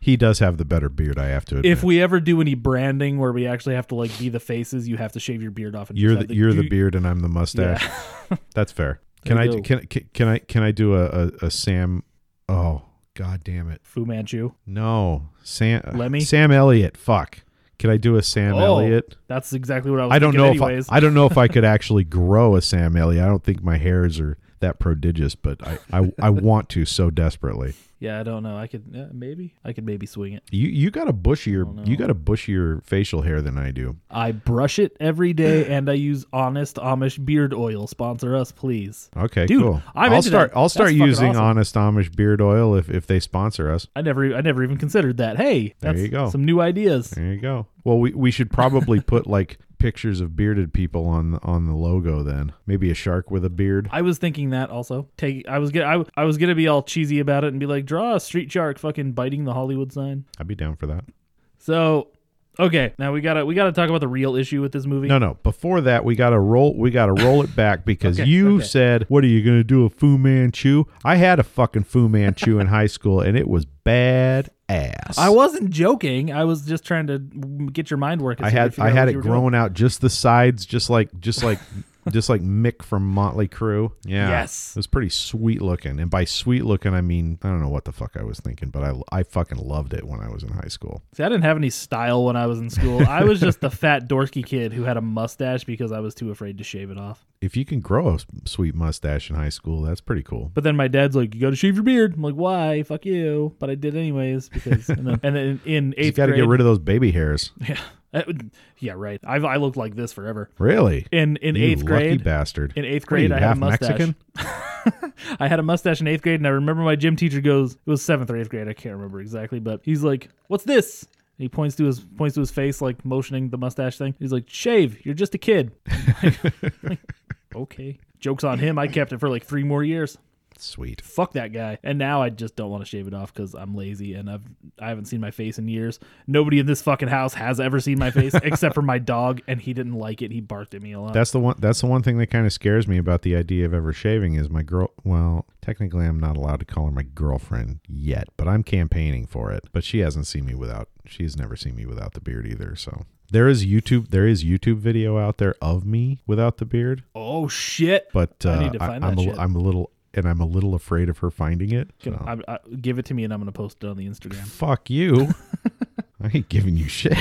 He does have the better beard, I have to admit.
If we ever do any branding where we actually have to like be the faces, you have to shave your beard off. And
you're
decide
the,
that
you're
you-
the beard and I'm the mustache. That's fair. Can
There
I
you
do,
go.
can can can I can I do a a, a Sam? Oh god damn it!
Fu Manchu.
No, Sam
Lemmy?
Sam Elliott. Fuck. Can I do a Sam
Oh,
Elliott?
That's exactly what I was.
I don't
thinking
know
Anyways,
if I, I don't know if I could actually grow a Sam Elliott. I don't think my hairs are that prodigious, but I, I, I want to so desperately.
yeah, I don't know. I could yeah, maybe. I could maybe swing it.
You you got a bushier you got a bushier facial hair than I do.
I brush it every day, and I use Honest Amish beard oil. Sponsor us, please.
Okay,
Dude,
cool.
I'm
will
into
start
that.
I'll start
That's fucking
using
awesome.
Honest Amish beard oil if, if they sponsor us.
I never, I never even considered that. Hey,
There
that's
you go.
Some new ideas.
There you go. Well, we, we should probably put like pictures of bearded people on on the logo then. Maybe a shark with a beard.
I was thinking that also. Take, I was gonna, I, I was gonna be all cheesy about it and be like, draw a street shark fucking biting the Hollywood sign.
I'd be down for that.
So, okay, now we gotta, we gotta talk about the real issue with this movie.
No, no. Before that, we gotta roll. We gotta roll it back because
Okay,
you
okay.
said, "What are you gonna do a Fu Manchu?" I had a fucking Fu Manchu in high school, and it was bad ass.
I wasn't joking. I was just trying to get your mind working.
I
so you
had
could figure
I
out
had
what
it
you were
grown out just the sides, just like just like just like Mick from Motley Crue. Yeah,
Yes.
it was pretty sweet looking. And by sweet looking, I mean I don't know what the fuck I was thinking, but I I fucking loved it when I was in high school.
See, I didn't have any style when I was in school. I was just the fat dorky kid who had a mustache because I was too afraid to shave it off.
If you can grow a s- sweet mustache in high school, that's pretty cool.
But then my dad's like, "You got to shave your beard." I'm like, "Why? Fuck you!" But I did anyways because. And then, and then in
You
eighth
got to
grade,
get rid of those baby hairs.
yeah, That would- yeah, right. I've I looked like this forever.
Really?
In in
You
eighth
lucky
grade,
bastard.
in eighth
What are
grade,
you,
I had a
half
mustache.
Mexican?
I had a mustache in eighth grade, and I remember my gym teacher goes, "It was seventh or eighth grade. I can't remember exactly, but he's like, "What's this?" And he points to his points to his face, like motioning the mustache thing. He's like, "Shave. You're just a kid." I'm like, okay. Jokes on him. I kept it for like three more years.
Sweet.
fuck that guy. And now I just don't want to shave it off because I'm lazy and I've I haven't seen my face in years. Nobody in this fucking house has ever seen my face except for my dog, and he didn't like it. He barked at me a lot.
That's the one. That's the one thing that kind of scares me about the idea of ever shaving is my girl. Well, technically, I'm not allowed to call her my girlfriend yet, but I'm campaigning for it. But she hasn't seen me without. She's never seen me without the beard either. So there is YouTube. There is YouTube video out there of me without the beard.
oh shit!
But uh,
I need to find
am
that
a,
shit.
I'm a little, and I'm a little afraid of her finding it.
Gonna-
So,
I, I, give it to me, and I'm gonna post it on the Instagram.
fuck you. I ain't giving you shit.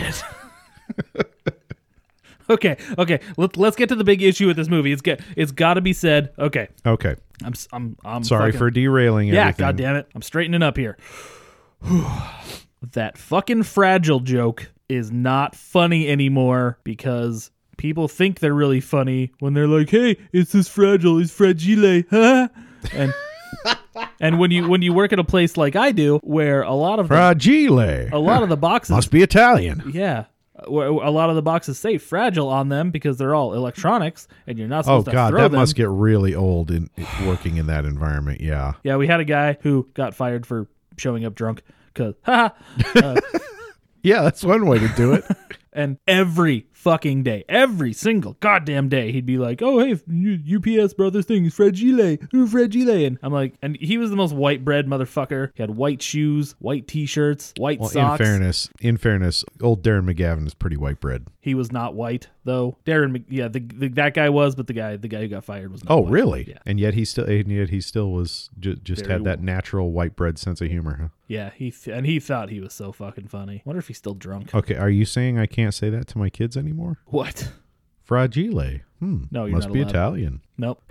Okay, okay. Let, let's get to the big issue with this movie. It's get, it's got to be said. Okay,
Okay.
I'm s- I'm I'm
Sorry
fucking-
for derailing
yeah.
everything.
God damn it, I'm straightening up here. that fucking fragile joke is not funny anymore because people think they're really funny when they're like, "Hey, it's this fragile, it's fragile," huh? And and when you when you work at a place like I do, where a lot of the,
Fragile.
a lot of the boxes
Must be Italian.
Yeah. Uh, where- A lot of the boxes say fragile on them because they're all electronics and you're not
Oh
supposed to
God,
throw
that
them.
must get really old in working in that environment. Yeah,
yeah, we had a guy who got fired for showing up drunk because, ha
yeah, that's one way to do it.
And every fucking day, every single goddamn day, he'd be like, "Oh hey, U- UPS brothers thing is fragile, ooh, fragile." And I'm like, and he was the most white bread motherfucker. He had white shoes, white t-shirts, white
well, in
socks.
fairness, in fairness, old Darren McGavin is pretty white bread.
He was not white though. Darren, Mc- yeah, the, the, that guy was, but the guy, the guy who got fired was not.
Oh,
white.
really?
Yeah.
And yet he still, and yet he still was ju- just
Very
had that natural white bread sense of humor.
Yeah, he th- and he thought he was so fucking funny. Wonder if he's still drunk.
Huh? Okay, are you saying I can't say that to my kids anymore?
What?
Fragile. Hmm.
No, you're
must
not
be
allowed. Oh.
Italian.
Nope.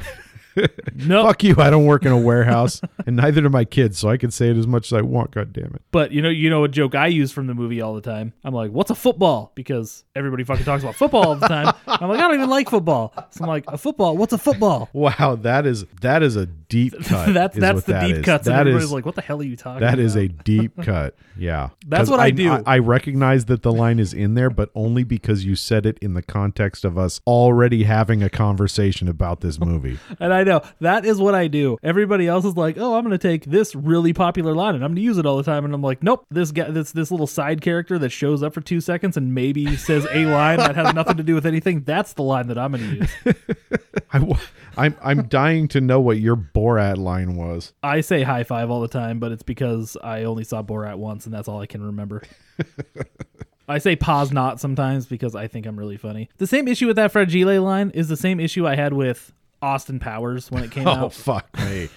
No,
Fuck you. I don't work in a warehouse, and neither do my kids, so I can say it as much as I want. God damn it.
but you know, you know a joke I use from the movie all the time. I'm like, "What's a football?" Because everybody fucking talks about football all the time. I'm like, I don't even like football. So I'm like, a football. What's a football?
Wow, that is that is a deep cut.
that's
is
that's
what
the
that
deep
is.
cuts. and
That
everybody's
is
like, "What the hell are you talking?"
that
about?
is a deep cut. Yeah,
That's
'Cause
what I do.
I, recognize that the line is in there, but only because you said it in the context of us already having a conversation about this movie.
And I know that is what I do. Everybody else is like, "Oh, I'm going to take this really popular line and I'm going to use it all the time." And I'm like, "Nope, this guy, this this little side character that shows up for two seconds and maybe says a line that has nothing to do with anything. That's the line that I'm going to use."
I, wa- I'm I'm dying to know what your Borat line was.
I say high five all the time, but it's because I only saw Borat once, and that's all I can remember. I say pause not sometimes because I think I'm really funny. The same issue with that Fragile line is the same issue I had with Austin Powers when it came
Oh
out.
fuck me.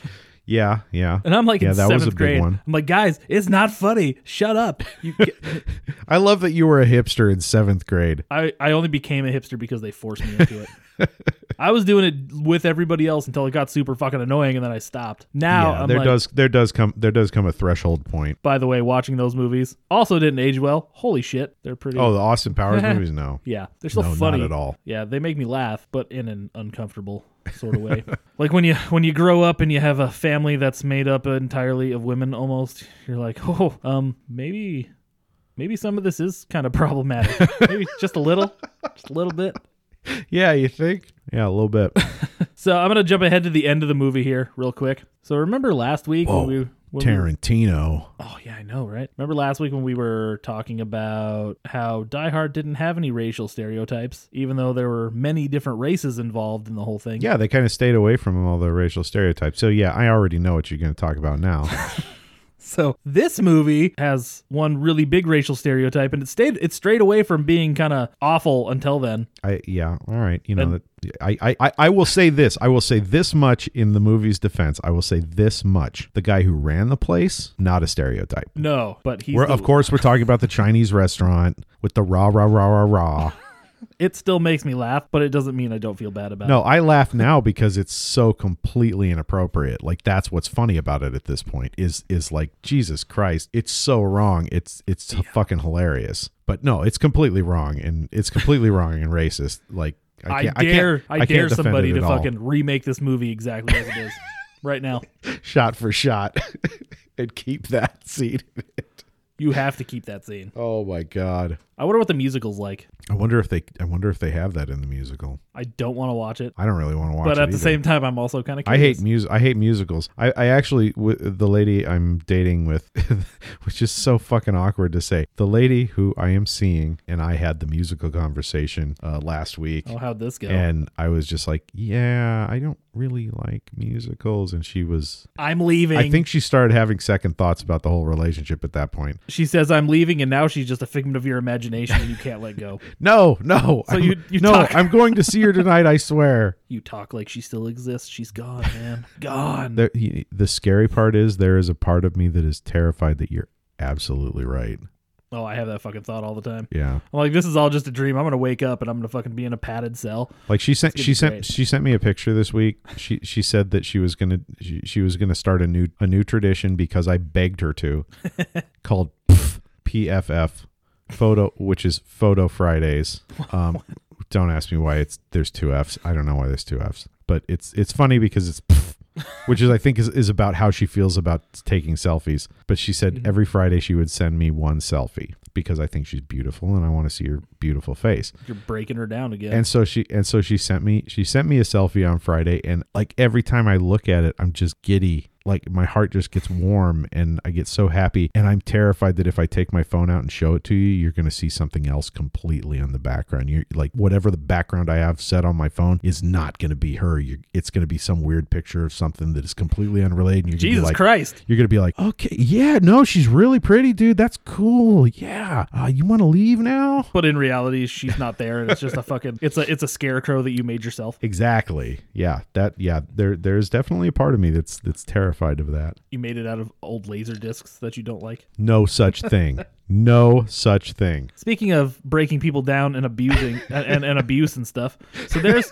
Yeah, yeah.
And I'm like,
yeah,
in
that
seventh
was a big
grade.
one.
I'm like, guys, it's not funny. Shut up. You ca-
I love that you were a hipster in seventh grade.
I, I only became a hipster because they forced me into it. I was doing it with everybody else until it got super fucking annoying, and then I stopped. Now
yeah,
I'm
there
like,
does there does come there does come a threshold point.
by the way, watching those movies also didn't age well. Holy shit, they're pretty.
Oh, the Austin Powers movies? No.
Yeah, they're still
No, not
funny
at all.
Yeah, they make me laugh, but in an uncomfortable sort of way. like when you when you grow up and you have a family that's made up entirely of women, almost you're like, oh, um, maybe, maybe some of this is kind of problematic. maybe just a little, just a little bit.
Yeah, you think? Yeah, a little bit.
So I'm gonna jump ahead to the end of the movie here, real quick. So remember last week
Whoa,
when we. When we-
Tarantino.
oh yeah, I know, right? Remember last week when we were talking about how Die Hard didn't have any racial stereotypes, even though there were many different races involved in the whole thing.
Yeah, they kind of stayed away from all the racial stereotypes. So yeah, I already know what you're going to talk about now.
So this movie has one really big racial stereotype, and it stayed it strayed away from being kind of awful until then.
I yeah, all right. You know,
And-
that, I, I I I will say this. I will say this much in the movie's defense. I will say this much. The guy who ran the place, not a stereotype.
No, but he's
We're,
the-
of course, we're talking about the Chinese restaurant with the rah rah rah rah rah.
it still makes me laugh, but it doesn't mean I don't feel bad about it.
No, I laugh now because it's so completely inappropriate. Like that's what's funny about it at this point is is like Jesus Christ, it's so wrong. It's it's fucking hilarious. But no, it's completely wrong and it's completely wrong and racist. Like I,
I,
can't,
dare
I,
I,
can't, can't
dare
defend
somebody
it
to
at all.
fucking remake this movie exactly as it is right now.
shot for shot and keep that seat. in it.
You have to keep that scene.
Oh my god.
I wonder what the musical's like.
I wonder if they I wonder if they have that in the musical.
I don't want to watch it,
I don't really want to watch
but
it
at the
either.
same time, I'm also kind of.
I hate music. I hate musicals. I, I actually, wi- the lady I'm dating with, which is so fucking awkward to say, the lady who I am seeing, and I had the musical conversation uh, last week,
Oh, how'd this go?
and I was just like, yeah, I don't really like musicals, and she was.
I'm leaving.
I think she started having second thoughts about the whole relationship at that point.
she says I'm leaving, and now she's just a figment of your imagination, and you can't let go.
No, no,
So
I'm-
you- you
no,
talk-
I'm going to see her tonight. I swear.
You talk like she still exists. She's gone, man. Gone.
There, he, the scary part is there is a part of me that is terrified that you're absolutely right.
oh, I have that fucking thought all the time.
Yeah.
I'm like, this is all just a dream. I'm gonna wake up and I'm gonna fucking be in a padded cell.
Like she sent
It's gonna
she
be
sent
great.
she sent me a picture this week. She she said that she was gonna she, she was gonna start a new a new tradition because I begged her to, called PFF, PFF photo, which is photo Fridays. Um, don't ask me why it's there's two Fs. I don't know why there's two Fs, but it's it's funny because it's. Pff, which is I think is, is about how she feels about taking selfies. But she said
Mm-hmm.
every Friday she would send me one selfie because I think she's beautiful and I want to see her beautiful face.
You're breaking her down again.
And so she and so she sent me she sent me a selfie on Friday and like every time I look at it I'm just giddy. Like my heart just gets warm and I get so happy and I'm terrified that if I take my phone out and show it to you you're going to see something else completely in the background. You are like whatever the background I have set on my phone is not going to be her. You're, it's going to be some weird picture of something that is completely unrelated and you're gonna be
Jesus
like
Christ.
you're gonna be like, okay, yeah, no, she's really pretty, dude. That's cool. Yeah, uh, you want to leave now?
But in reality, she's not there, and it's just a fucking. It's a it's a scarecrow that you made yourself.
Exactly. Yeah. That. Yeah. There. There's definitely a part of me that's that's terrified of that.
You made it out of old laser discs that you don't like.
No such thing. no such thing.
Speaking of breaking people down and abusing and, and, and abuse and stuff, so there's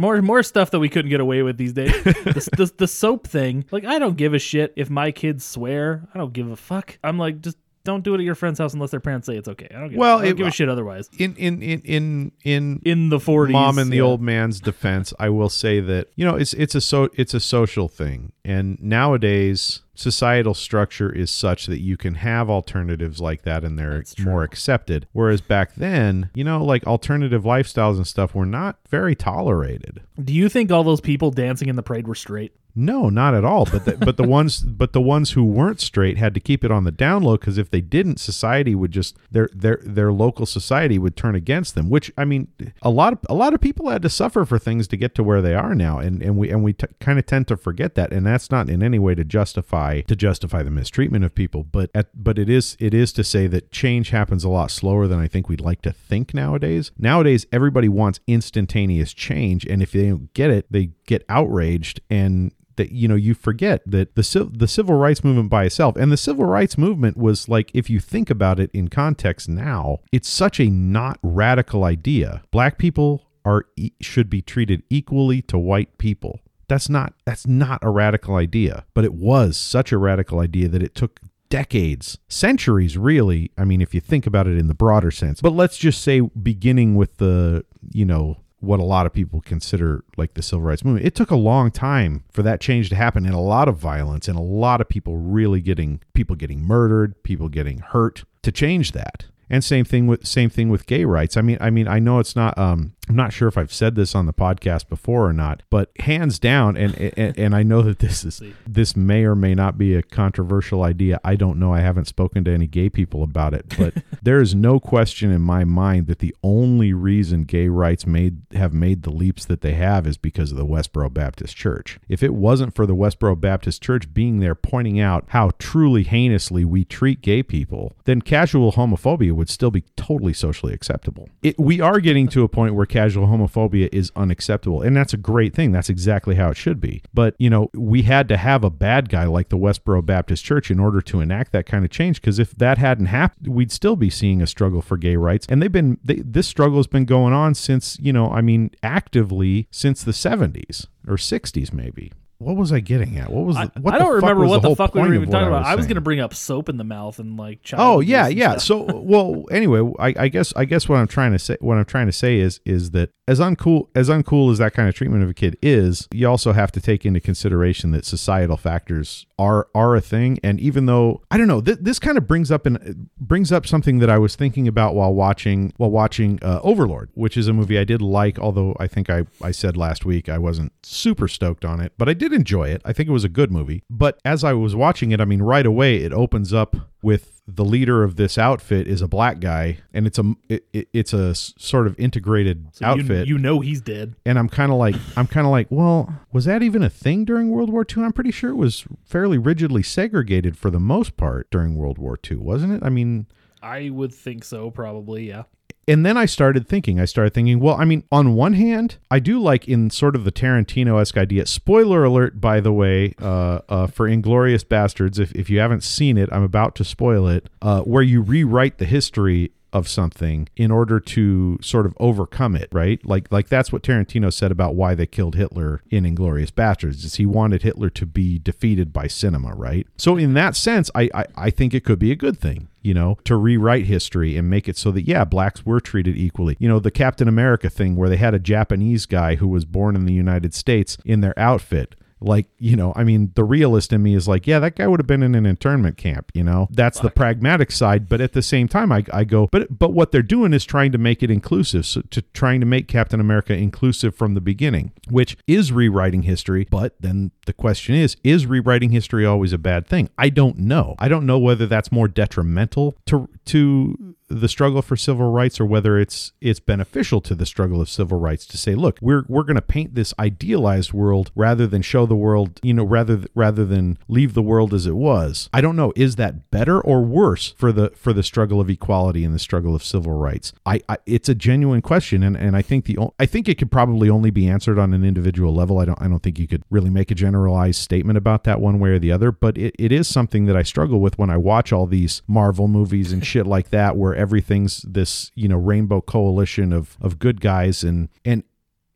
More more stuff that we couldn't get away with these days. the, the, the soap thing. Like I don't give a shit if my kids swear. I don't give a fuck. I'm like just don't do it at your friend's house unless their parents say it's okay. I don't give,
Well,
I don't
it-
give a shit otherwise.
In in in in in
In the 40s,
mom and the
yeah.
old man's defense, I will say that you know it's it's a so it's a social thing, and nowadays societal structure is such that you can have alternatives like that, and they're more accepted. Whereas back then, you know, like alternative lifestyles and stuff were not very tolerated.
Do you think all those people dancing in the parade were straight?
No, not at all. But the, but the ones but the ones who weren't straight had to keep it on the down low because if they didn't, society would just their their their local society would turn against them. Which I mean, a lot of a lot of people had to suffer for things to get to where they are now, and and we and we t- kind of tend to forget that, and that's not in any way to justify to justify the mistreatment of people, but at but it is it is to say that change happens a lot slower than I think we'd like to think nowadays. Nowadays, everybody wants instantaneous change, and if they don't get it, they get outraged and that you know you forget that the civ- the civil rights movement by itself and the civil rights movement was like if you think about it in context now it's such a not radical idea black people are e- should be treated equally to white people that's not that's not a radical idea but it was such a radical idea that it took decades, centuries, really. I mean, if you think about it in the broader sense, but let's just say beginning with the, you know, what a lot of people consider like the civil rights movement. It took a long time for that change to happen and a lot of violence and a lot of people really getting people getting murdered, people getting hurt to change that. And same thing with same thing with gay rights. I mean, I mean, I know it's not. Um, I'm not sure if I've said this on the podcast before or not, but hands down, and and, and I know that this is this may or may not be a controversial idea. I don't know. I haven't spoken to any gay people about it, but there is no question in my mind that the only reason gay rights made have made the leaps that they have is because of the Westboro Baptist Church. If it wasn't for the Westboro Baptist Church being there pointing out how truly heinously we treat gay people, then casual homophobia would still be totally socially acceptable. It, we are getting to a point where casual homophobia is unacceptable, and that's a great thing. That's exactly how it should be. But, you know, we had to have a bad guy like the Westboro Baptist Church in order to enact that kind of change because if that hadn't happened, we'd still be seeing a struggle for gay rights. And they've been, they, this struggle has been going on since, you know, I mean, actively since the 70s or 60s, maybe. What was I getting at? What was the,
I,
what
I
the
don't
fuck
remember
was
what
the,
the
whole
fuck we were
point of
even
what
talking about. I was
saying?
going to bring up soap in the mouth and like child
Oh
abuse
yeah,
and
yeah.
stuff.
So well, anyway, I, I guess I guess what I'm trying to say what I'm trying to say is is that as uncool as uncool as that kind of treatment of a kid is, you also have to take into consideration that societal factors are are a thing. And even though I don't know, th- this kind of brings up an brings up something that I was thinking about while watching while watching uh, Overlord, which is a movie I did like, although I think I I said last week I wasn't super stoked on it, but I did enjoy it. I think it was a good movie. But as I was watching it, I mean, right away it opens up with the leader of this outfit is a black guy and it's a it, it- it's a s- sort of integrated
So you-
outfit
You, know he's dead.
and i'm kind of like i'm kind of like well was that even a thing during world war ii i'm pretty sure it was fairly rigidly segregated for the most part during world war ii wasn't it i mean
I would think so, probably. Yeah.
and then I started thinking, I started thinking, well, I mean, on one hand, I do like in sort of the Tarantino esque idea. Spoiler alert, by the way, uh, uh, for Inglorious Bastards, if, if you haven't seen it, I'm about to spoil it, uh, where you rewrite the history of something in order to sort of overcome it, right? Like like that's what Tarantino said about why they killed Hitler in Inglorious Bastards, is he wanted Hitler to be defeated by cinema, right? So in that sense, I I, I think it could be a good thing you know, to rewrite history and make it so that, yeah, blacks were treated equally. You know, the Captain America thing where they had a Japanese guy who was born in the United States in their outfit. Like, you know, I mean, the realist in me is like, yeah, that guy would have been in an internment camp, you know? That's the pragmatic side. But at the same time, I, I go, but but what they're doing is trying to make it inclusive, so to trying to make Captain America inclusive from the beginning, which is rewriting history. But then the question is, is rewriting history always a bad thing? I don't know. I don't know whether that's more detrimental to to the struggle for civil rights or whether it's it's beneficial to the struggle of civil rights to say look we're we're going to paint this idealized world rather than show the world you know rather th- rather than leave the world as it was i don't know is that better or worse for the for the struggle of equality and the struggle of civil rights i, I it's a genuine question and and i think the o- i think it could probably only be answered on an individual level i don't i don't think you could really make a generalized statement about that one way or the other but it, it is something that i struggle with when i watch all these marvel movies and shit like that where everything's this you know rainbow coalition of of good guys and and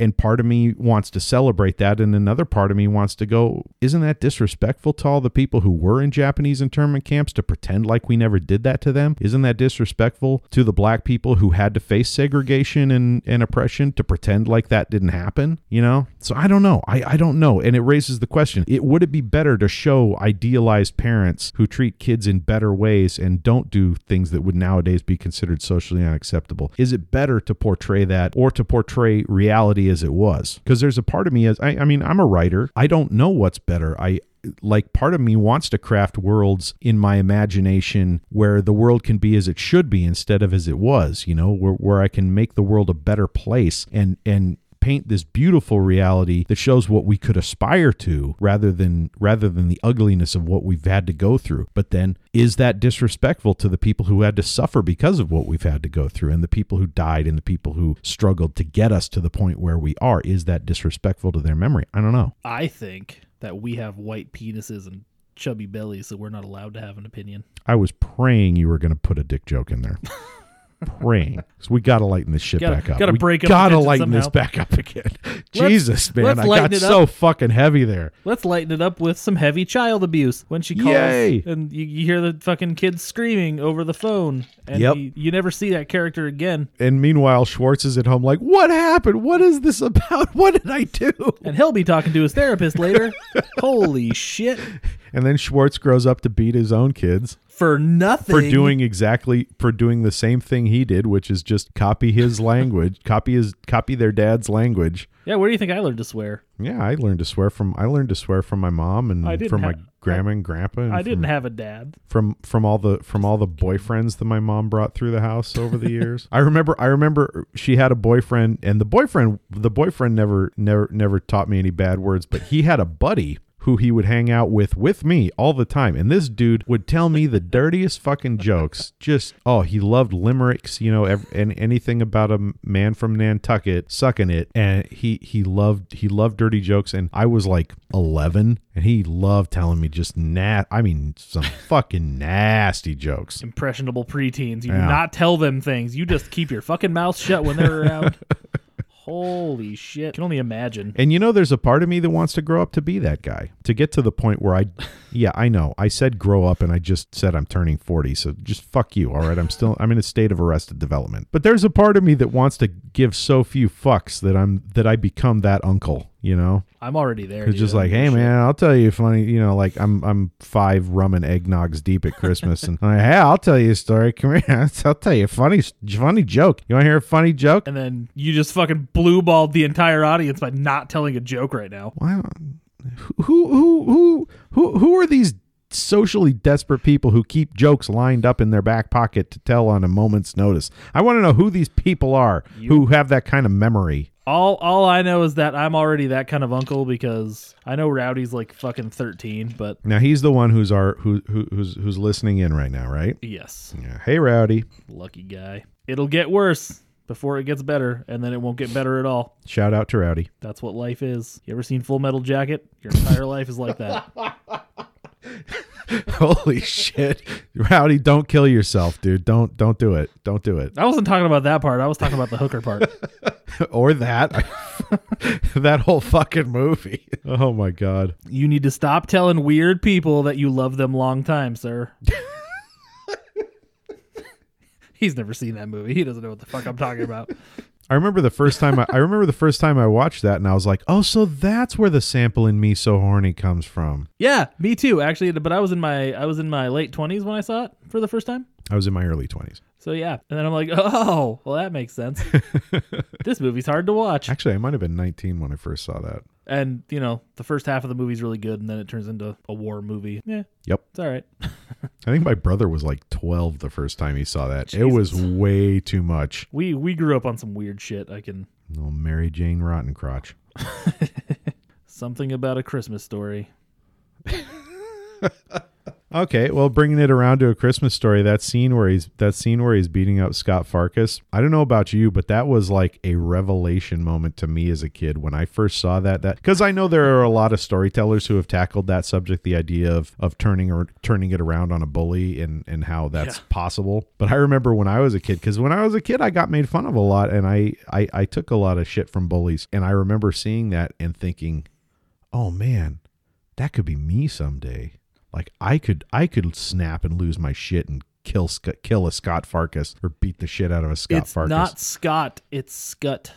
And part of me wants to celebrate that, and another part of me wants to go, isn't that disrespectful to all the people who were in Japanese internment camps to pretend like we never did that to them? Isn't that disrespectful to the black people who had to face segregation and, and oppression to pretend like that didn't happen? You know? So I don't know. I, I don't know. And it raises the question it would it be better to show idealized parents who treat kids in better ways and don't do things that would nowadays be considered socially unacceptable? Is it better to portray that or to portray reality as it was? Because there's a part of me as I, I mean, I'm a writer. I don't know what's better. I like part of me wants to craft worlds in my imagination where the world can be as it should be instead of as it was, you know, where, where I can make the world a better place and and paint this beautiful reality that shows what we could aspire to rather than rather than the ugliness of what we've had to go through but then is that disrespectful to the people who had to suffer because of what we've had to go through and the people who died and the people who struggled to get us to the point where we are is that disrespectful to their memory i don't know
I think that we have white penises and chubby bellies, so we're not allowed to have an opinion.
i was praying you were going to put a dick joke in there praying because we gotta lighten this shit
Gotta-
back up
gotta
We
break up
gotta
attention
lighten this
somehow.
back up again jesus man
let's
i
lighten
got
it
so fucking heavy there
Let's lighten it up with some heavy child abuse when she calls
Yay.
and you, you hear the fucking kids screaming over the phone, and
Yep.
you, you never see that character again.
And meanwhile, Schwartz is at home like, what happened? What is this about? What did I do?
And he'll be talking to his therapist later. Holy shit!
And then Schwartz grows up to beat his own kids
For nothing.
for doing exactly for doing the same thing he did, which is just copy his language, copy his copy their dad's language.
Yeah, where do you think I learned to swear?
Yeah, I learned to swear from I learned to swear from my mom
I
and
didn't
from my
ha-
grandma and grandpa. And
I
from,
didn't have a dad.
from from all the from all the boyfriends that my mom brought through the house over the years. I remember I remember she had a boyfriend and the boyfriend the boyfriend never never never taught me any bad words, but he had a buddy who he would hang out with with me all the time. And this dude would tell me the dirtiest fucking jokes. Just oh, he loved limericks, you know, ev- and anything about a man from Nantucket sucking it. And he he loved he loved dirty jokes and I was like 11 and he loved telling me just nat I mean some fucking nasty jokes.
Impressionable preteens. You
Yeah.
do not tell them things. You just keep your fucking mouth shut when they're around. Holy shit! Can only imagine.
And you know, there's a part of me that wants to grow up to be that guy, to get to the point where I, yeah, I know. I said grow up and I just said I'm turning 40. So just fuck you. All right. I'm still, I'm in a state of arrested development. But there's a part of me that wants to give so few fucks that I'm, that I become that uncle, you know?
I'm already there.
It's
dude.
just
I
like,
don't
hey
give a shit.
man, I'll tell you funny, you know, like I'm I'm five rum and eggnogs deep at Christmas, and I'm like, hey, I'll tell you a story. Come here, I'll tell you a funny funny joke. You want to hear a funny joke?
And then you just fucking blue balled the entire audience by not telling a joke right now.
Why don't- who who who who who are these socially desperate people who keep jokes lined up in their back pocket to tell on a moment's notice? I want to know who these people are who have that kind of memory.
All all I know is that I'm already that kind of uncle because I know Rowdy's like fucking 13, but
Now he's the one who's our who, who who's who's listening in right now, right?
yes,
Yeah. Hey, Rowdy.
lucky guy. It'll get worse before it gets better, and then it won't get better at all.
Shout out to Rowdy.
That's what life is. You ever seen Full Metal Jacket? Your entire life is like that.
Holy shit. Rowdy, don't kill yourself, dude. Don't don't do it. Don't do it.
I wasn't talking about that part. I was talking about the hooker part.
Or that. that whole fucking movie. Oh my god.
You need to stop telling weird people that you love them long time, sir. He's never seen that movie. He doesn't know what the fuck I'm talking about.
I remember the first time I, I remember the first time I watched that and I was like, "Oh, so that's where the sample in me so horny comes from."
Yeah, me too, actually. But I was in my I was in my late twenties when I saw it for the first time.
I was in my early 20s.
So yeah, and then I'm like, oh, well that makes sense. this movie's hard to watch,
Actually, I might have been 19 when I first saw that.
and you know the first half of the movie's really good, and then it turns into a war movie. Yeah,
Yep.
it's all right.
I think my brother was like 12 the first time he saw that. It was way too much.
We we grew up on some weird shit. I can
Little Mary Jane Rottencrotch.
something about a Christmas story.
Okay, well, bringing it around to a Christmas story, that scene where he's that scene where he's beating up Scott Farkas. I don't know about you, but that was like a revelation moment to me as a kid when I first saw that. That because I know there are a lot of storytellers who have tackled that subject, the idea of of turning or turning it around on a bully and and how that's possible. But I remember when I was a kid, because when I was a kid, I got made fun of a lot, and I, I I took a lot of shit from bullies, and I remember seeing that and thinking, oh man, that could be me someday. Like I could, I could snap and lose my shit and kill Sc- kill a Scott Farkas or beat the shit out of a Scott
it's
Farkas.
not Scott, it's Scut.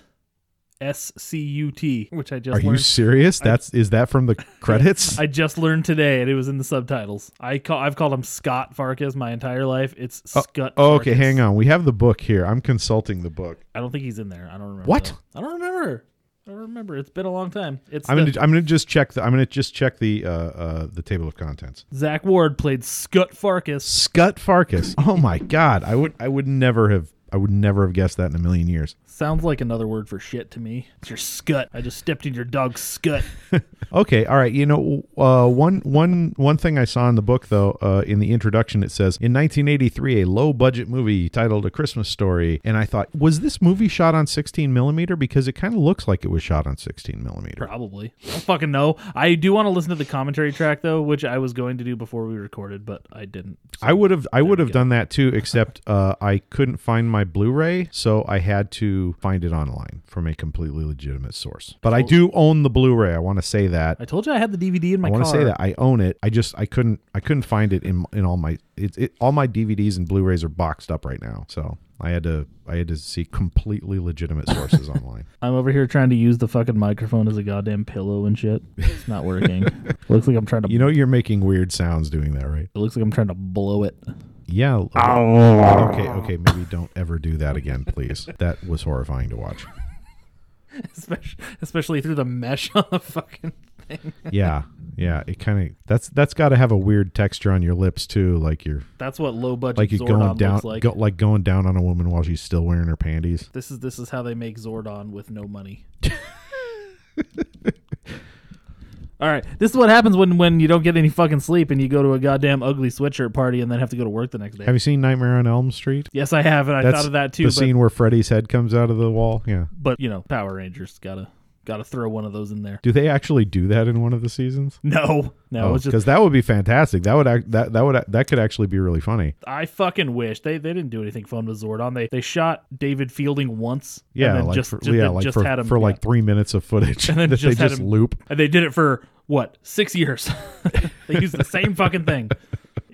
S C U T, which I just
Are
learned.
you serious? That's is that from the credits?
I just learned today, and it was in the subtitles. I call I've called him Scott Farkas my entire life. It's Scott.
oh, okay,
Farkas.
hang on. We have the book here. I'm consulting the book.
I don't think he's in there. I don't remember.
What?
though. I don't remember. I don't remember. It's been a long time. It's
I'm
the-
gonna I'm gonna just check the I'm gonna just check the uh, uh, the table of contents.
Zach Ward played Scut Farkas.
Scott Farkas. Oh my God. I would I would never have I would never have guessed that in a million years.
Sounds like another word for shit to me. It's your scut. I just stepped in your dog's scut.
Okay, all right. You know, uh, one one one thing I saw in the book though, uh, in the introduction, it says in 1983, a low budget movie titled A Christmas Story, and I thought, was this movie shot on 16 millimeter? Because it kind of looks like it was shot on 16 millimeter.
Probably. I don't fucking know. I do want to listen to the commentary track though, which I was going to do before we recorded, but I didn't.
I would have I would have done that too, except uh, I couldn't find my Blu-ray, so I had to find it online from a completely legitimate source. But I do own the Blu-ray. I want to say that.
I told you I had the DVD in my
I
car.
want to say that I own it. I just I couldn't I couldn't find it in in all my it, it all my DVDs and Blu-rays are boxed up right now. So I had to I had to see completely legitimate sources online.
I'm over here trying to use the fucking microphone as a goddamn pillow and shit. It's not working. looks like I'm trying to.
You know you're making weird sounds doing that, right?
it looks like I'm trying to blow it.
Yeah. l- Okay, okay, maybe don't ever do that again, please. That was horrifying to watch.
Especially, especially through the mesh on the fucking thing.
Yeah. Yeah, it kind of that's that's got to have a weird texture on your lips too, like you're
That's what low budget
like you're
Zordon
going down
looks like.
go, like going down on a woman while she's still wearing her panties.
This is this is how they make Zordon with no money. All right, this is what happens when when you don't get any fucking sleep and you go to a goddamn ugly sweatshirt party and then have to go to work the next day.
Have you seen Nightmare on Elm Street?
yes, I have, and I thought of that too.
The
But,
scene where Freddy's head comes out of the wall. Yeah.
but you know, Power Rangers gotta gotta throw one of those in there.
Do they actually do that in one of the seasons?
No, no, it's
Because
just
that would be fantastic. That would act, that that would that could actually be really funny.
I fucking wish they they didn't do anything fun with Zordon. They they shot David Fielding once. and
Yeah,
then
like
just,
for,
ju-
yeah,
they
like
just
for,
had him
for like
yeah.
three minutes of footage
then
that
just
they
had
just
him-
loop.
And they did it for what six years. they used the same fucking thing,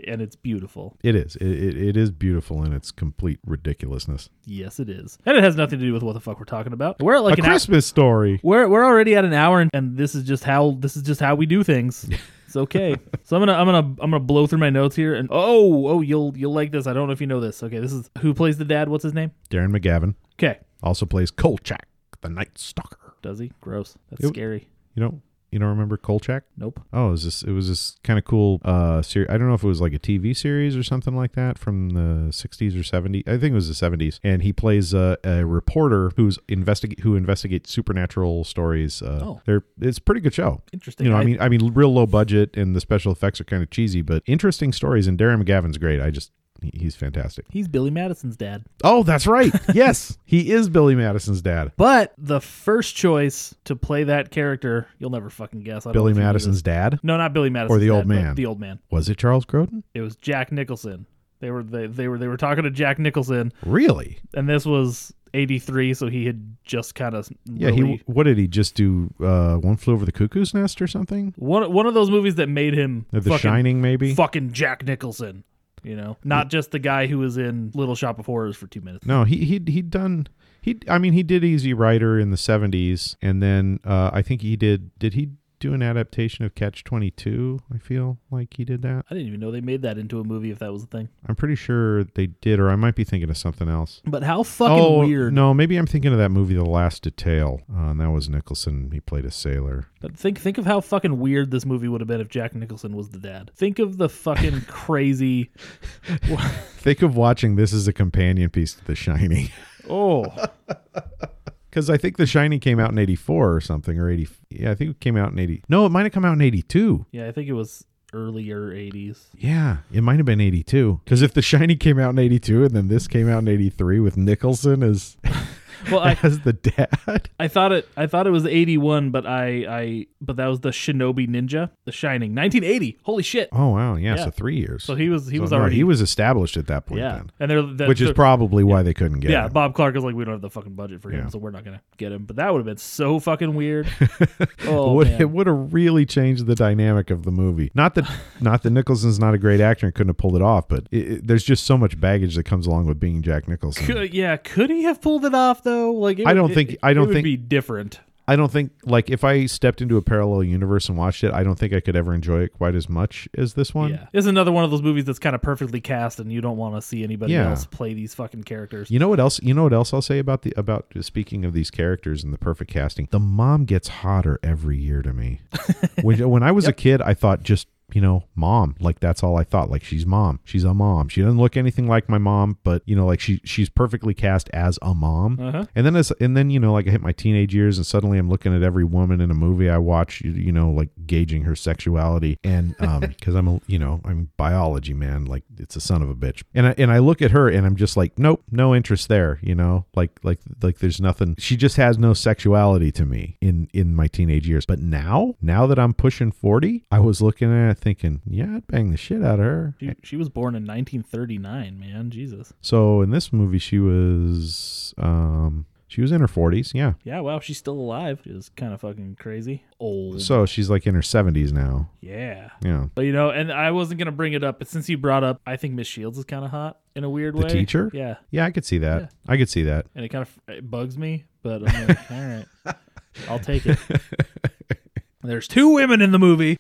and it's beautiful.
It is it, it, it is beautiful in its complete ridiculousness.
Yes, it is, and it has nothing to do with what the fuck we're talking about. We're at like
a
an hour-
Christmas story.
we're we're already at an hour, and, and this is just how this is just how we do things. It's okay. so I'm gonna I'm gonna I'm gonna blow through my notes here, and oh oh you'll you'll like this. I don't know if you know this. Okay, this is who plays the dad. What's his name?
Darren McGavin
Okay,
also plays Kolchak, the Night Stalker.
does he? Gross. That's
Yep.
scary.
You don't you don't remember Kolchak?
Nope.
Oh, it was this it was this kind of cool uh series. I don't know if it was like a TV series or something like that from the 60s or 70s. I think it was the 70s. And he plays a, a reporter who's investigate who investigates supernatural stories. Uh,
Oh.
they're it's a pretty good show.
Interesting.
You know, I,
I-
mean, I mean, real low budget, and the special effects are kind of cheesy, but interesting stories. And Darren McGavin's great. I just he- he's fantastic.
He's Billy Madison's dad.
Oh, that's right. yes, he is Billy Madison's dad.
But the first choice to play that character, you'll never fucking guess. I don't
Billy
know if you knew
Madison's
this.
dad.
No, not Billy Madison.
Or the old man.
The old man.
Was it Charles Grodin?
It was Jack Nicholson. They were they, they were they were talking to Jack Nicholson,
Really?
and this was '83, so he had just kind of
Yeah, he what did he just do? Uh, one flew over the cuckoo's nest or something?
one one of those movies that made him
Or the
fucking,
Shining, maybe?
fucking Jack Nicholson. You know, not just the guy who was in Little Shop of Horrors for two minutes.
No, he he he'd done he. I mean, he did Easy Rider in the seventies, and then uh, I think he did. Did he do an adaptation of Catch Twenty Two? I feel like he did that.
I didn't even know they made that into a movie if that was a thing.
I'm pretty sure they did, or I might be thinking of something else.
But how fucking
oh
weird.
no, maybe I'm thinking of that movie, The Last Detail. Uh, and that was Nicholson. He played a sailor.
But think think of how fucking weird this movie would have been if Jack Nicholson was the dad. Think of the fucking crazy.
Think of watching this as a companion piece to The Shining.
Oh,
Because I think The Shining came out in '84 or something, or '80. Yeah, I think it came out in '80. No, it might have come out in '82.
yeah. I think it was earlier 80s.
Yeah, it might have been 82. Because if The Shiny came out in 82 and then this came out in 83 with Nicholson as,
Well, I,
as the dad.
I thought it I thought it was 81, but I I but that was the Shinobi Ninja, The Shining, 1980. Holy shit.
Oh, wow. Yeah,
Yeah.
so three years.
So he was he
So,
was
no,
already
He was established at that point
yeah.
then.
And they're that,
Which is
so-
probably why they couldn't get
yeah,
him.
Bob Clark is like, we don't have the fucking budget for him,
Yeah.
so we're not gonna get him. But that would have been so fucking weird. oh
would,
man.
it would have really changed the dynamic of the movie. Not that not that Nicholson's not a great actor and couldn't have pulled it off, but it, it- there's just so much baggage that comes along with being Jack Nicholson.
Could, yeah, could he have pulled it off though? Like, it
I
would-
don't
it-
think- I don't
it would
think-
be different.
I don't think like if I stepped into a parallel universe and watched it, I don't think I could ever enjoy it quite as much as this one.
Yeah, it's another one of those movies that's kind of perfectly cast, and you don't want to see anybody
Yeah.
else play these fucking characters.
You know what else? You know what else I'll say about the about speaking of these characters and the perfect casting. The mom gets hotter every year to me. when when I was a kid, I thought just you know mom like that's all i thought like she's mom she's a mom she doesn't look anything like my mom but you know like she she's perfectly cast as a mom
Uh-huh.
and then as and then you know like i hit my teenage years and suddenly i'm looking at every woman in a movie i watch you, you know like gauging her sexuality and um because i'm a you know i'm biology man like it's a son of a bitch and i and i look at her and i'm just like nope no interest there you know like like like there's nothing she just has no sexuality to me in in my teenage years but now now that i'm pushing 40 i was looking at it thinking yeah i'd bang the shit out of her
She, she was born in 1939, man. Jesus.
so in this movie she was um she was in her 40s yeah
Yeah, wow, she's still alive. She's kind of fucking crazy. Old.
So she's like in her 70s now.
yeah.
Yeah.
But you know, and I wasn't gonna bring it up, but since you brought up, I think Miss Shields is kind of hot in a weird
The
way.
teacher?
Yeah,
Yeah, I could see that. I could see that.
and it kind of it bugs me, but I'm like, all right, I'll take it. There's two women in the movie.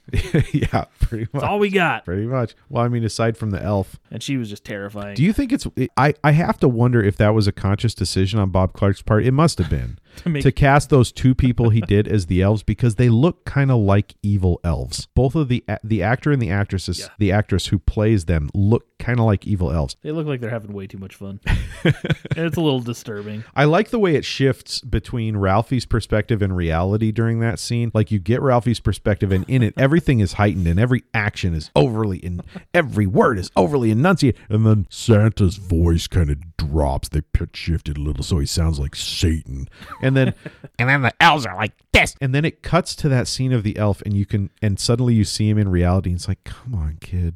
yeah, pretty much.
That's all we got.
Pretty much. Well, I mean, aside from the elf,
And she was just terrifying.
do you think it's? I I have to wonder if that was a conscious decision on Bob Clark's part. It must have been
To make-
to cast those two people he did as the elves because they look kind of like evil elves. Both of the a- the actor and the actresses,
Yeah.
the actress who plays them, look kind of like evil elves.
They look like they're having way too much fun. and it's a little disturbing.
Mm-hmm. I like the way it shifts between Ralphie's perspective and reality during that scene. Like you get Ralphie's perspective, and in it, everything is heightened, and every action is overly, and every word is overly enunciated. And then Santa's voice kind of drops; they pitch shifted a little, so he sounds like Satan. And then, and then the elves are like this. And then it cuts to that scene of the elf, and you can, and suddenly you see him in reality. And it's like, come on, kid.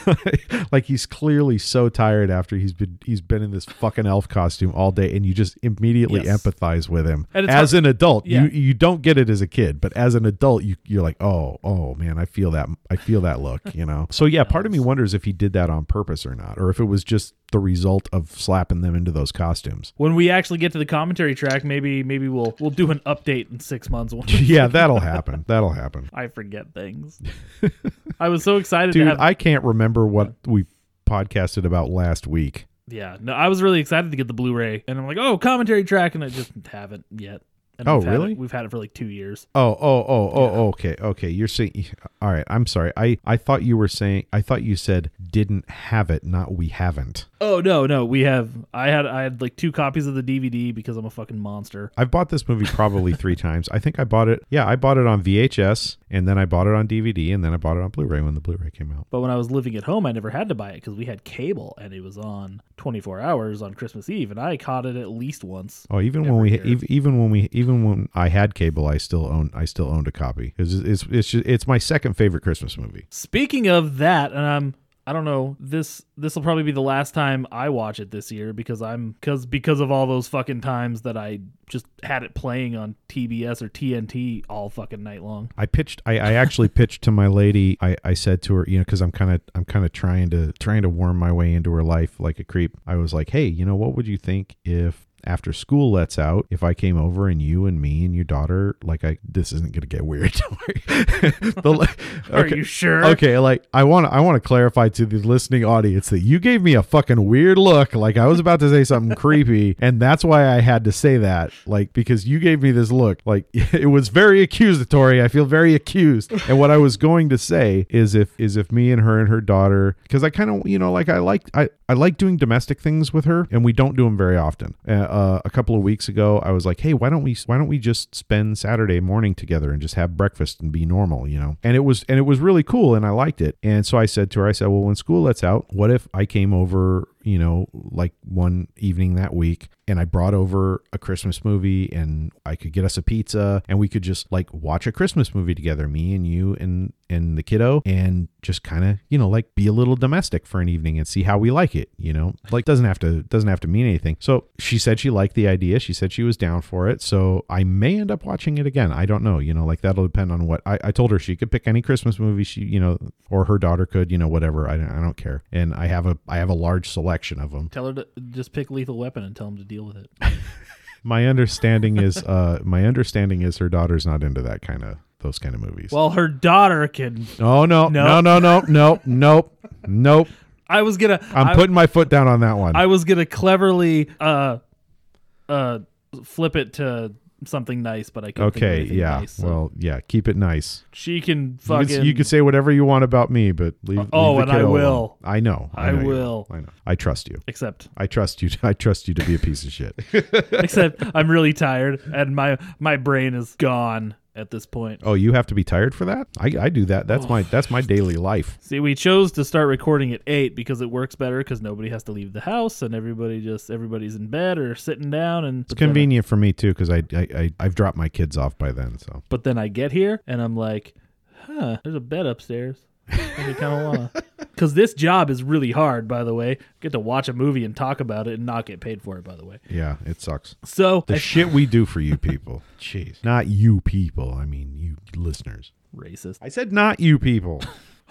like he's clearly so tired after he's been he's been in this fucking elf costume all day, and you just immediately
Yes.
empathize with him
And it's
as
hard-
an adult.
Yeah.
You you don't get it as a kid, but as an adult, you you're like, oh oh man, I feel that I feel that look, you know. So yeah, part of me wonders if he did that on purpose or not, or if it was just the result of slapping them into those costumes.
When we actually get to the commentary track, maybe maybe we'll we'll do an update in six months.
yeah, that'll happen. That'll happen.
I forget things. I was so excited
Dude,
to have
I can't remember what we podcasted about last week.
Yeah. No, I was really excited to get the Blu-ray and I'm like, oh, commentary track, and I just haven't yet. And
Oh,
we've had
really?
it- we've had it for like two years.
Oh, oh, oh, oh, okay, okay. You're saying, all right. I'm sorry. I I thought you were saying. I thought you said didn't have it, not we haven't.
Oh no, no, we have I had I had like two copies of the DVD because I'm a fucking monster.
I've bought this movie probably three times. I think I bought it. Yeah, I bought it on VHS, and then I bought it on DVD, and then I bought it on Blu-ray when the Blu-ray came out.
But when I was living at home, I never had to buy it because we had cable and it was on 24 hours on Christmas Eve, and I caught it at least once.
Oh, even when we ev- even when we even when I had cable, I still own I still owned a copy. It's it's it's, just, it's my second favorite Christmas movie.
Speaking of that, and I'm I don't know this this will probably be the last time I watch it this year because I'm because because of all those fucking times that I just had it playing on TBS or TNT all fucking night long.
I pitched. I, I actually pitched to my lady. I, I said to her, you know, because I'm kind of I'm kind of trying to trying to worm my way into her life like a creep. I was like, hey, you know, what would you think if after school lets out, if I came over and you and me and your daughter, like I this isn't gonna get weird. Don't worry. The li-
Are
okay.
you sure?
Okay, like I want to I want to clarify to the listening audience that you gave me a fucking weird look like I was about to say something creepy and that's why I had to say that like because you gave me this look like it was very accusatory. I feel very accused. And what I was going to say is if is if me and her and her daughter cuz I kind of you know like I like I I like doing domestic things with her and we don't do them very often. Uh, uh, a couple of weeks ago, I was like, "Hey, why don't we why don't we just spend Saturday morning together and just have breakfast and be normal, you know?" And it was and it was really cool, and I liked it. And so I said to her, I said, "Well, when school lets out, what if I came over, you know, like one evening that week and I brought over a Christmas movie and I could get us a pizza and we could just like watch a Christmas movie together, me and you and and the kiddo and just kind of, you know, like be a little domestic for an evening and see how we like it, you know? Like doesn't have to doesn't have to mean anything. So, she said she liked the idea. She said she was down for it. So, I may end up watching it again. I don't know, you know, like that'll depend on what I, I told her she could pick any Christmas movie she, you know, or her daughter could, you know, whatever. I don't, I don't care. And I have a I have a large selection of them.
Tell her to just pick Lethal Weapon and tell him to deal with it.
my understanding is uh my understanding is her daughter's not into that kind of those kind of movies.
Well, her daughter can.
oh no,
No.
no, no, no, no, nope, nope.
I was gonna.
I'm
I-
putting my foot down on that one.
I was gonna cleverly uh uh flip it to something nice, but I couldn't. think of
okay,
anything
yeah.
nice, so
Well, yeah. Keep it nice.
she can
You
fucking.
can, you can say whatever you want about me, but leave.
Oh,
leave the
and I
kiddo alone.
will.
I know.
I
know you
will.
I know. I trust you.
except
I trust you. I trust you to be a piece of shit.
except I'm really tired and my my brain is gone at this point.
Oh, you have to be tired for that. I, I do that. That's my that's my daily life.
See, we chose to start recording at eight because it works better because nobody has to leave the house and everybody just everybody's in bed or sitting down and
It's convenient for me too because I, I I I've dropped my kids off by then. So
But then I get here and I'm like, huh, there's a bed upstairs. I kind of wanna. Because this job is really hard, by the way. Get to watch a movie and talk about it and not get paid for it, by the way.
yeah, it sucks.
So
The
I-
shit we do for you people. Jeez. Not you people. I mean, you listeners.
racist.
I said not you people.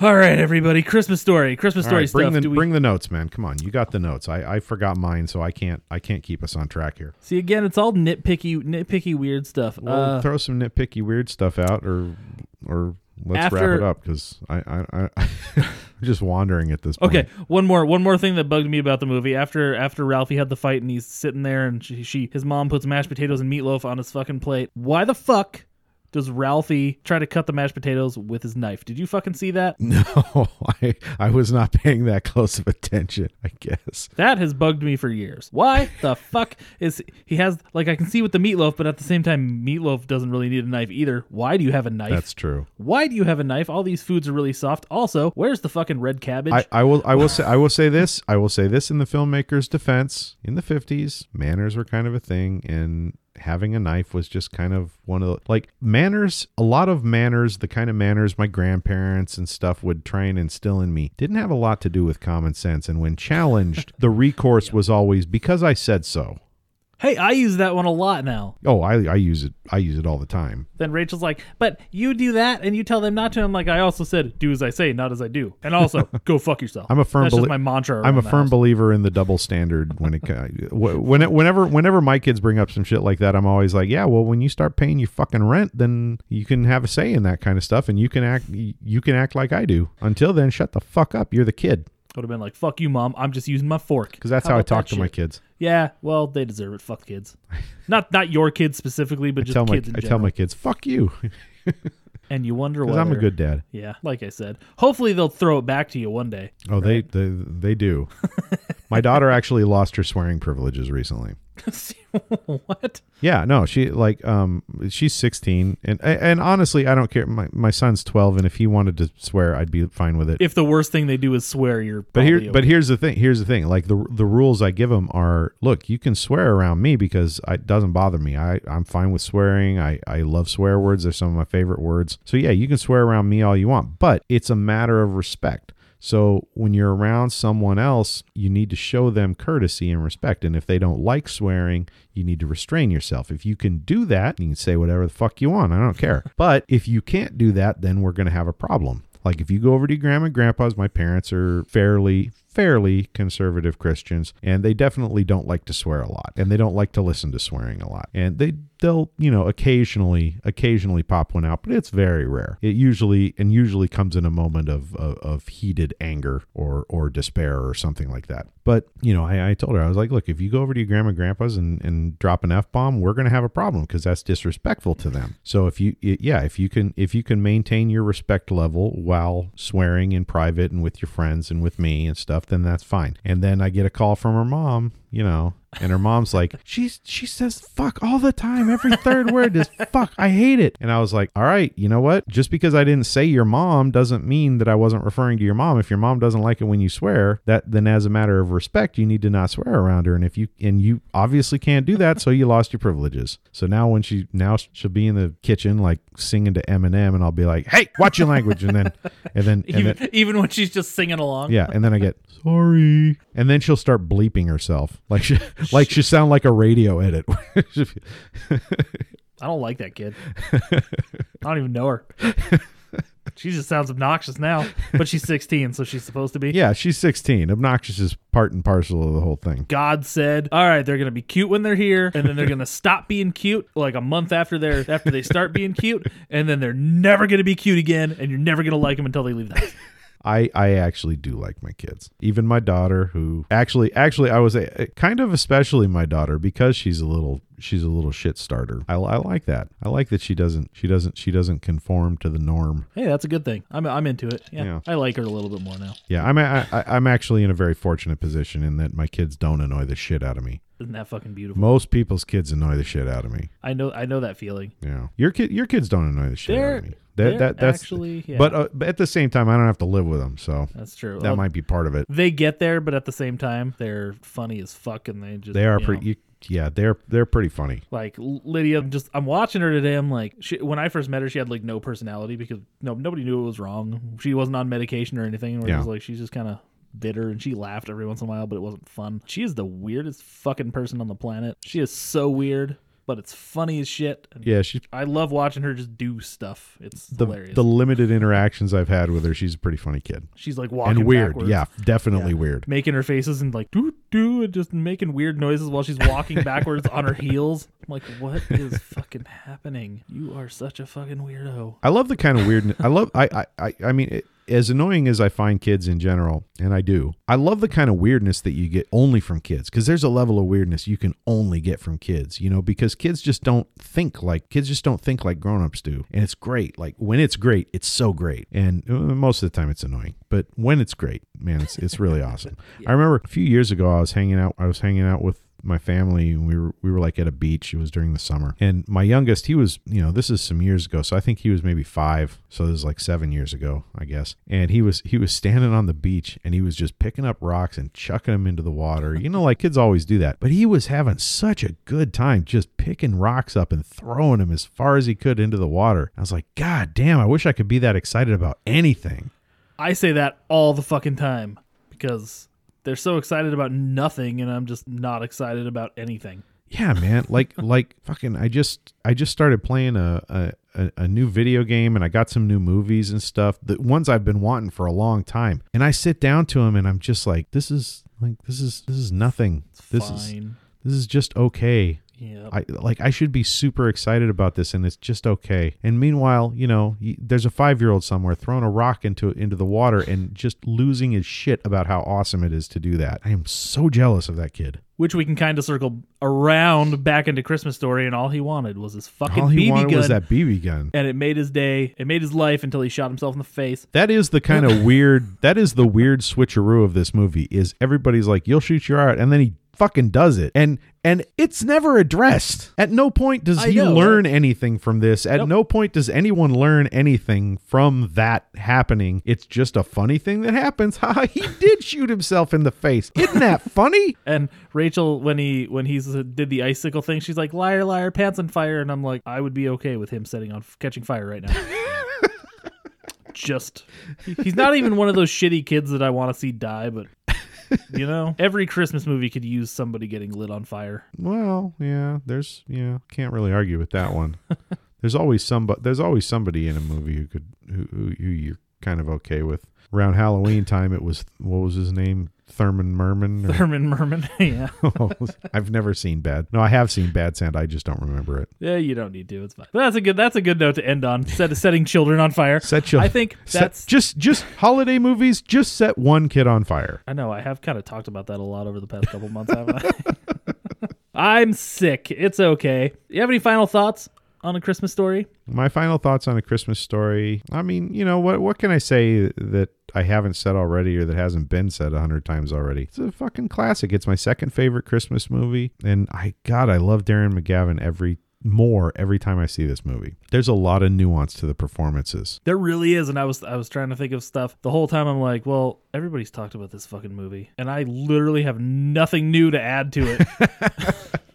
All right, everybody. Christmas story. Christmas
All
story
right, bring
stuff.
the
Do we-
bring the notes, man. Come on, you got the notes. I, I forgot mine, so I can't I can't keep us on track here.
See again, it's all nitpicky, nitpicky, weird stuff.
We'll
uh,
throw some nitpicky weird stuff out, or or let's wrap
After-
it up because I I, I I'm just wandering at this. point.
Okay, one more one more thing that bugged me about the movie after after Ralphie had the fight and he's sitting there and she, she his mom puts mashed potatoes and meatloaf on his fucking plate. Why the fuck does Ralphie try to cut the mashed potatoes with his knife? Did you fucking see that?
Mm. No, I I was not paying that close of attention. I guess.
That has bugged me for years. Why the fuck is he has like I can see with the meatloaf, but at the same time, meatloaf doesn't really need a knife either. Why do you have a knife?
That's true.
Why do you have a knife? All these foods are really soft. Also, where's the fucking red cabbage?
I, I will I will say I will say this I will say this in the filmmaker's defense in the 50s manners were kind of a thing and having a knife was just kind of one of the like manners a lot of manners the kind of manners my grandparents and stuff would try and instill in me didn't have a lot to do with common sense and when challenged the recourse was always because I said so
hey, I use that one a lot now.
oh I I use it I use it all the time
Then Rachel's like, but you do that and you tell them not to. I'm like, I also said, do as I say, not as I do. And also, go fuck yourself.
I'm a firm
That's just
belie-
my mantra.
I'm a
around the
firm
house.
believer in the double standard when it co- wh- when it, whenever whenever my kids bring up some shit like that, I'm always like, yeah, well, when you start paying your fucking rent, then you can have a say in that kind of stuff, and you can act you can act like I do. Until then, shut the fuck up. You're the kid
Would have been like, fuck you, mom. I'm just using my fork.
because that's how, I
about
talk
that
to my
shit?
kids.
Yeah, well, they deserve it. Fuck kids. Not not your kids specifically, but just
tell my
kids in
I
general.
tell my kids, fuck you,
and you wonder
because
why
I'm a good dad.
Yeah, like I said. Hopefully they'll throw it back to you one day.
Oh, they they they do. my daughter actually lost her swearing privileges recently.
what?
Yeah, no, she like um she's 16 and and honestly I don't care my, my son's 12 and if he wanted to swear I'd be fine with it.
If the worst thing they do is swear, you're
but here
probably
but
okay.
here's the thing, here's the thing. Like the the rules I give him are look, you can swear around me because I- it doesn't bother me. I I'm fine with swearing. I I love swear words. They're some of my favorite words. So yeah, you can swear around me all you want, but it's a matter of respect. So when you're around someone else, you need to show them courtesy and respect. And if they don't like swearing, you need to restrain yourself. If you can do that, you can say whatever the fuck you want. I don't care. But if you can't do that, then we're going to have a problem. Like if you go over to your grandma and grandpa's, my parents are fairly fairly conservative Christians and they definitely don't like to swear a lot and they don't like to listen to swearing a lot. And they they'll, you know, occasionally occasionally pop one out, but it's very rare. It usually and usually comes in a moment of of, of heated anger or or despair or something like that. But, you know, I, I told her, I was like, look, if you go over to your grandma and grandpa's and, and drop an F bomb, we're gonna have a problem because that's disrespectful to them. So if you it- yeah, if you can if you can maintain your respect level while swearing in private and with your friends and with me and stuff, then that's fine. And then I get a call from her mom you know. And her mom's like, she's she says fuck all the time. Every third word is fuck. I hate it. And I was like, all right, you know what? Just because I didn't say your mom doesn't mean that I wasn't referring to your mom. If your mom doesn't like it when you swear, that then as a matter of respect, you need to not swear around her. And if you and you obviously can't do that, so you lost your privileges. So now when she now she'll be in the kitchen like singing to Eminem, and I'll be like, hey, watch your language. And then and then and then
Even, even when she's just singing along.
yeah, and then I get sorry, and then she'll start bleeping herself like she like she sound like a radio edit.
I don't like that kid. I don't even know her. she just sounds obnoxious now, but she's 16, so she's supposed to be.
yeah, she's sixteen. Obnoxious is part and parcel of the whole thing.
God said, "All right, they're gonna be cute when they're here, and then they're gonna stop being cute like a month after they're after they start being cute, and then they're never gonna be cute again, and you're never gonna like them until they leave the house."
I I actually do like my kids. Even my daughter, who actually actually I was a, kind of especially my daughter because she's a little she's a little shit starter. I, I like that. I like that she doesn't she doesn't she doesn't conform to the norm.
Hey, that's a good thing. I'm I'm into it. Yeah,
Yeah.
I like her a little bit more now.
Yeah, I'm I, I, I'm actually in a very fortunate position in that my kids don't annoy the shit out of me.
Isn't that fucking beautiful?
Most people's kids annoy the shit out of me.
I know I know that feeling.
Yeah, your kid, your kids don't annoy the shit out
They're-
of me.
they're
That, that that's
actually- yeah.
But, uh, but at the same time, I don't have to live with them, so
That's true.
that
Well,
might be part of it.
they get there, but at the same time, they're funny as fuck, and they just
They are
you know.
pretty. You, yeah, they're they're pretty funny.
Like L- Lydia, I'm just I'm watching her today. I'm like, she, when I first met her, she had like no personality because no nobody knew it was wrong. She wasn't on medication or anything. Where it
Yeah.
was like she's just kind of bitter and she laughed every once in a while, but it wasn't fun. She is the weirdest fucking person on the planet. She is so weird, but it's funny as shit. And
Yeah, she's
I love watching her just do stuff. It's
the
hilarious.
the limited interactions I've had with her. She's a pretty funny kid
she's like walking
and weird.
backwards,
Yeah, definitely weird.
making her faces and like doo doo and just making weird noises while she's walking backwards on her heels. I'm like, what is fucking happening? You are such a fucking weirdo.
I love the kind of weirdness. I love. I. I. I, I mean. It, as annoying as I find kids in general, and I do, I love the kind of weirdness that you get only from kids because there's a level of weirdness you can only get from kids, you know, because kids just don't think like kids just don't think like grown-ups do. And it's great. Like when it's great, it's so great. And uh, most of the time it's annoying, but when it's great, man, it's it's really awesome. I remember a few years ago I was hanging out I was hanging out with my family and we were we were like at a beach it was during the summer and my youngest he was you know this is some years ago so i think he was maybe five so this is like seven years ago i guess and he was he was standing on the beach and he was just picking up rocks and chucking them into the water you know like kids always do that but he was having such a good time just picking rocks up and throwing them as far as he could into the water i was like god damn i wish i could be that excited about anything
I say that all the fucking time because they're so excited about nothing and I'm just not excited about anything.
yeah man like like fucking i just i just started playing a, a a- a new video game and i got some new movies and stuff the ones i've been wanting for a long time and i sit down to them and i'm just like this is like this is this is nothing this is
Fine.
this is just okay
Yep.
I like I should be super excited about this and it's just okay. And meanwhile, you know, y- there's a 5-year-old somewhere throwing a rock into into the water and just losing his shit about how awesome it is to do that. I am so jealous of that kid.
Which we can kind of circle around back into Christmas Story, and all he wanted was his fucking
All he
BB
wanted
gun,
was that BB gun.
and it made his day. It made his life until he shot himself in the face.
That is the kind of weird. That is the weird switcheroo of this movie. Is everybody's like, "You'll shoot your art," and then he fucking does it, and and it's never addressed. At no point does
I
he
know,
learn anything from this. At no point does anyone learn anything from that happening. It's just a funny thing that happens. Ha! He did shoot himself in the face. Isn't that funny?
And Rachel, when he when he did the icicle thing, she's like, "Liar, liar, pants on fire," and I'm like, "I would be okay with him setting on catching fire right now." Just, he's not even one of those shitty kids that I want to see die, but. You know, every Christmas movie could use somebody getting lit on fire.
Well, yeah. There's yeah. Can't really argue with that one. there's always some, there's always somebody in a movie who could who, who, who you're kind of okay with. Around Halloween time, it was what was his name, Thurman Merman. Or,
Herman Merman, yeah,
I've never seen Bad. No, I have seen Bad Sand. I just don't remember it.
yeah, you don't need to. It's fine. But that's a good. That's a good note to end on. Set, setting children on fire.
Set chil-
I think
set-
that's.
just just holiday movies. Just set one kid on fire.
I know I have kind of talked about that a lot over the past couple months, haven't I? I'm sick. It's okay. You have any final thoughts? on a Christmas story?
My final thoughts on a Christmas story. I mean, you know what? What can I say that I haven't said already, or that hasn't been said a hundred times already? It's a fucking classic. It's my second favorite Christmas movie, and I God, I love Darren McGavin every more every time I see this movie. There's a lot of nuance to the performances.
There really is, and I was I was trying to think of stuff the whole time. I'm like, well, everybody's talked about this fucking movie, and I literally have nothing new to add to it.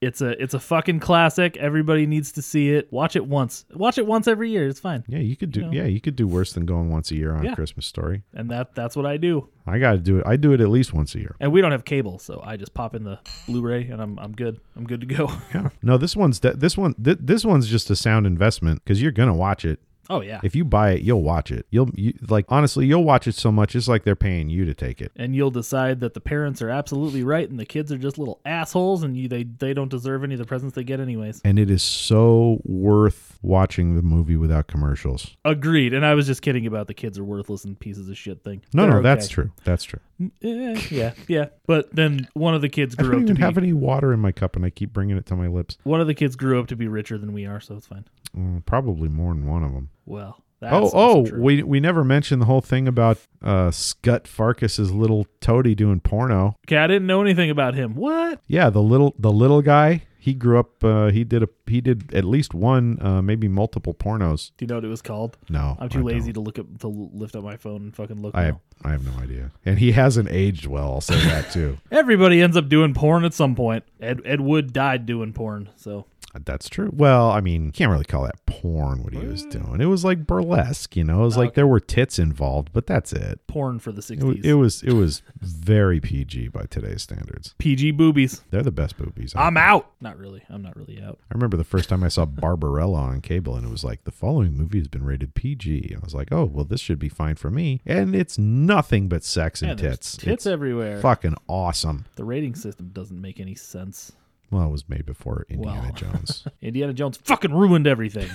it's a it's a fucking classic. Everybody needs to see it. Watch it once. Watch it once every year. It's fine,
Yeah, you could do. Yeah, you could do worse than going once a year on
Yeah.
a Christmas story.
and that that's what I do.
I got to do it. I do it at least once a year.
And we don't have cable, so I just pop in the Blu-ray, and I'm I'm good. I'm good to go.
Yeah. No, this one's de- this one th- this one's just a sound investment because you're gonna watch it.
oh yeah,
If you buy it, you'll watch it. You'll you, like honestly, you'll watch it so much. It's like they're paying you to take it.
and you'll decide that the parents are absolutely right, and the kids are just little assholes, and you they they don't deserve any of the presents they get anyways.
And it is so worth watching the movie without commercials.
Agreed. And I was just kidding about the kids are worthless and pieces of shit thing.
No,
They're
no, that's
okay.
true. That's true.
Eh, yeah, yeah. But then one of the kids
I
grew
don't
up to
even
be
have any water in my cup, and I keep bringing it to my lips.
one of the kids grew up to be richer than we are, so it's fine.
Mm, probably more than one of them.
Well, that's
Oh,
also
oh,
true.
we we never mentioned the whole thing about uh, Scut Farkas's little toady doing porno.
okay. I didn't know anything about him. What?
Yeah, the little the little guy. He grew up. Uh, he did a he did at least one, uh, maybe multiple pornos.
Do you know what it was called?
No,
I'm too
I
lazy
don't.
to look up to lift up my phone and fucking look.
I have,
now.
I have no idea. And he hasn't aged well. I'll say that too.
Everybody ends up doing porn at some point. Ed Ed Wood died doing porn, so
That's true. Well, I mean, can't really call that porn what he was doing. It was like burlesque, you know. It was like there were tits involved, but that's it.
porn for the
It, wa-
'60s.
it was it was very PG by today's standards.
PG boobies.
They're the best boobies. I
I'm out. Not really. I'm not really out.
I remember the first time I saw Barbarella on cable, and it was like the following movie has been rated PG. And I was like, oh, well, this should be fine for me. And it's nothing but sex and
Yeah, there's
tits.
tits
it's
everywhere.
fucking awesome.
The rating system doesn't make any sense.
Well, it was made before Indiana
Well.
Jones.
Indiana Jones fucking ruined everything.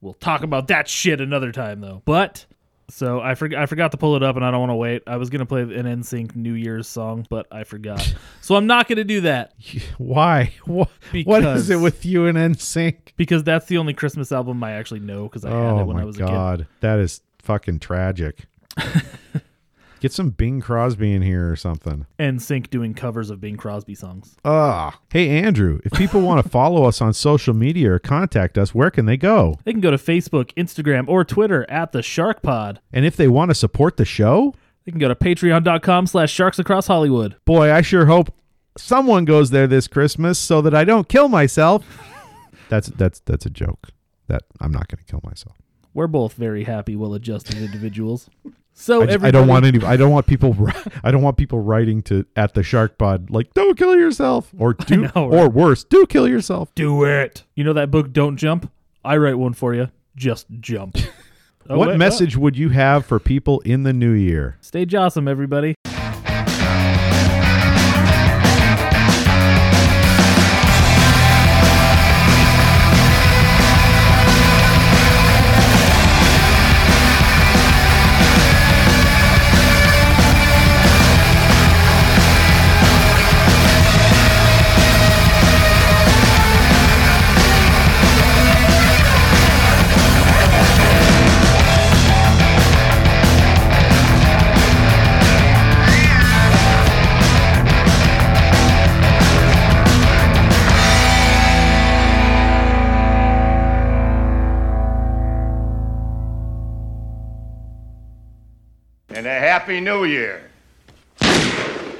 we'll talk about that shit another time though. But so I forgot I forgot to pull it up and I don't want to wait. I was gonna play an NSYNC New Year's song, but I forgot. so I'm not gonna do that
Why? What, what is
Because-
it with you and NSYNC?
because that's the only Christmas album I actually know because I had
Oh,
it when I
my
was a kid.
God. That is fucking tragic. Get some Bing Crosby in here or something.
NSYNC doing covers of Bing Crosby songs.
Ugh. Hey, Andrew, if people want to follow us on social media or contact us, where can they go?
They can go to Facebook, Instagram, or Twitter at the Shark Pod.
And if they want to support the show,
They can go to patreon.com slash sharks across Hollywood.
boy, I sure hope someone goes there this Christmas so that I don't kill myself. that's that's that's a joke. That I'm not going to kill myself.
We're both very happy, well adjusted individuals. So
I, just- I
everybody-
don't want any. I don't want people. ri- I don't want people writing to at the Shark Pod like, "Don't kill yourself," or do,
know,
or worse, "Do kill yourself."
Do it. You know that book, Don't Jump? I write one for you. Just jump. Oh,
what
wait,
message would you have for people in the new year?
oh. Stay jawsome, everybody.
And a happy new year.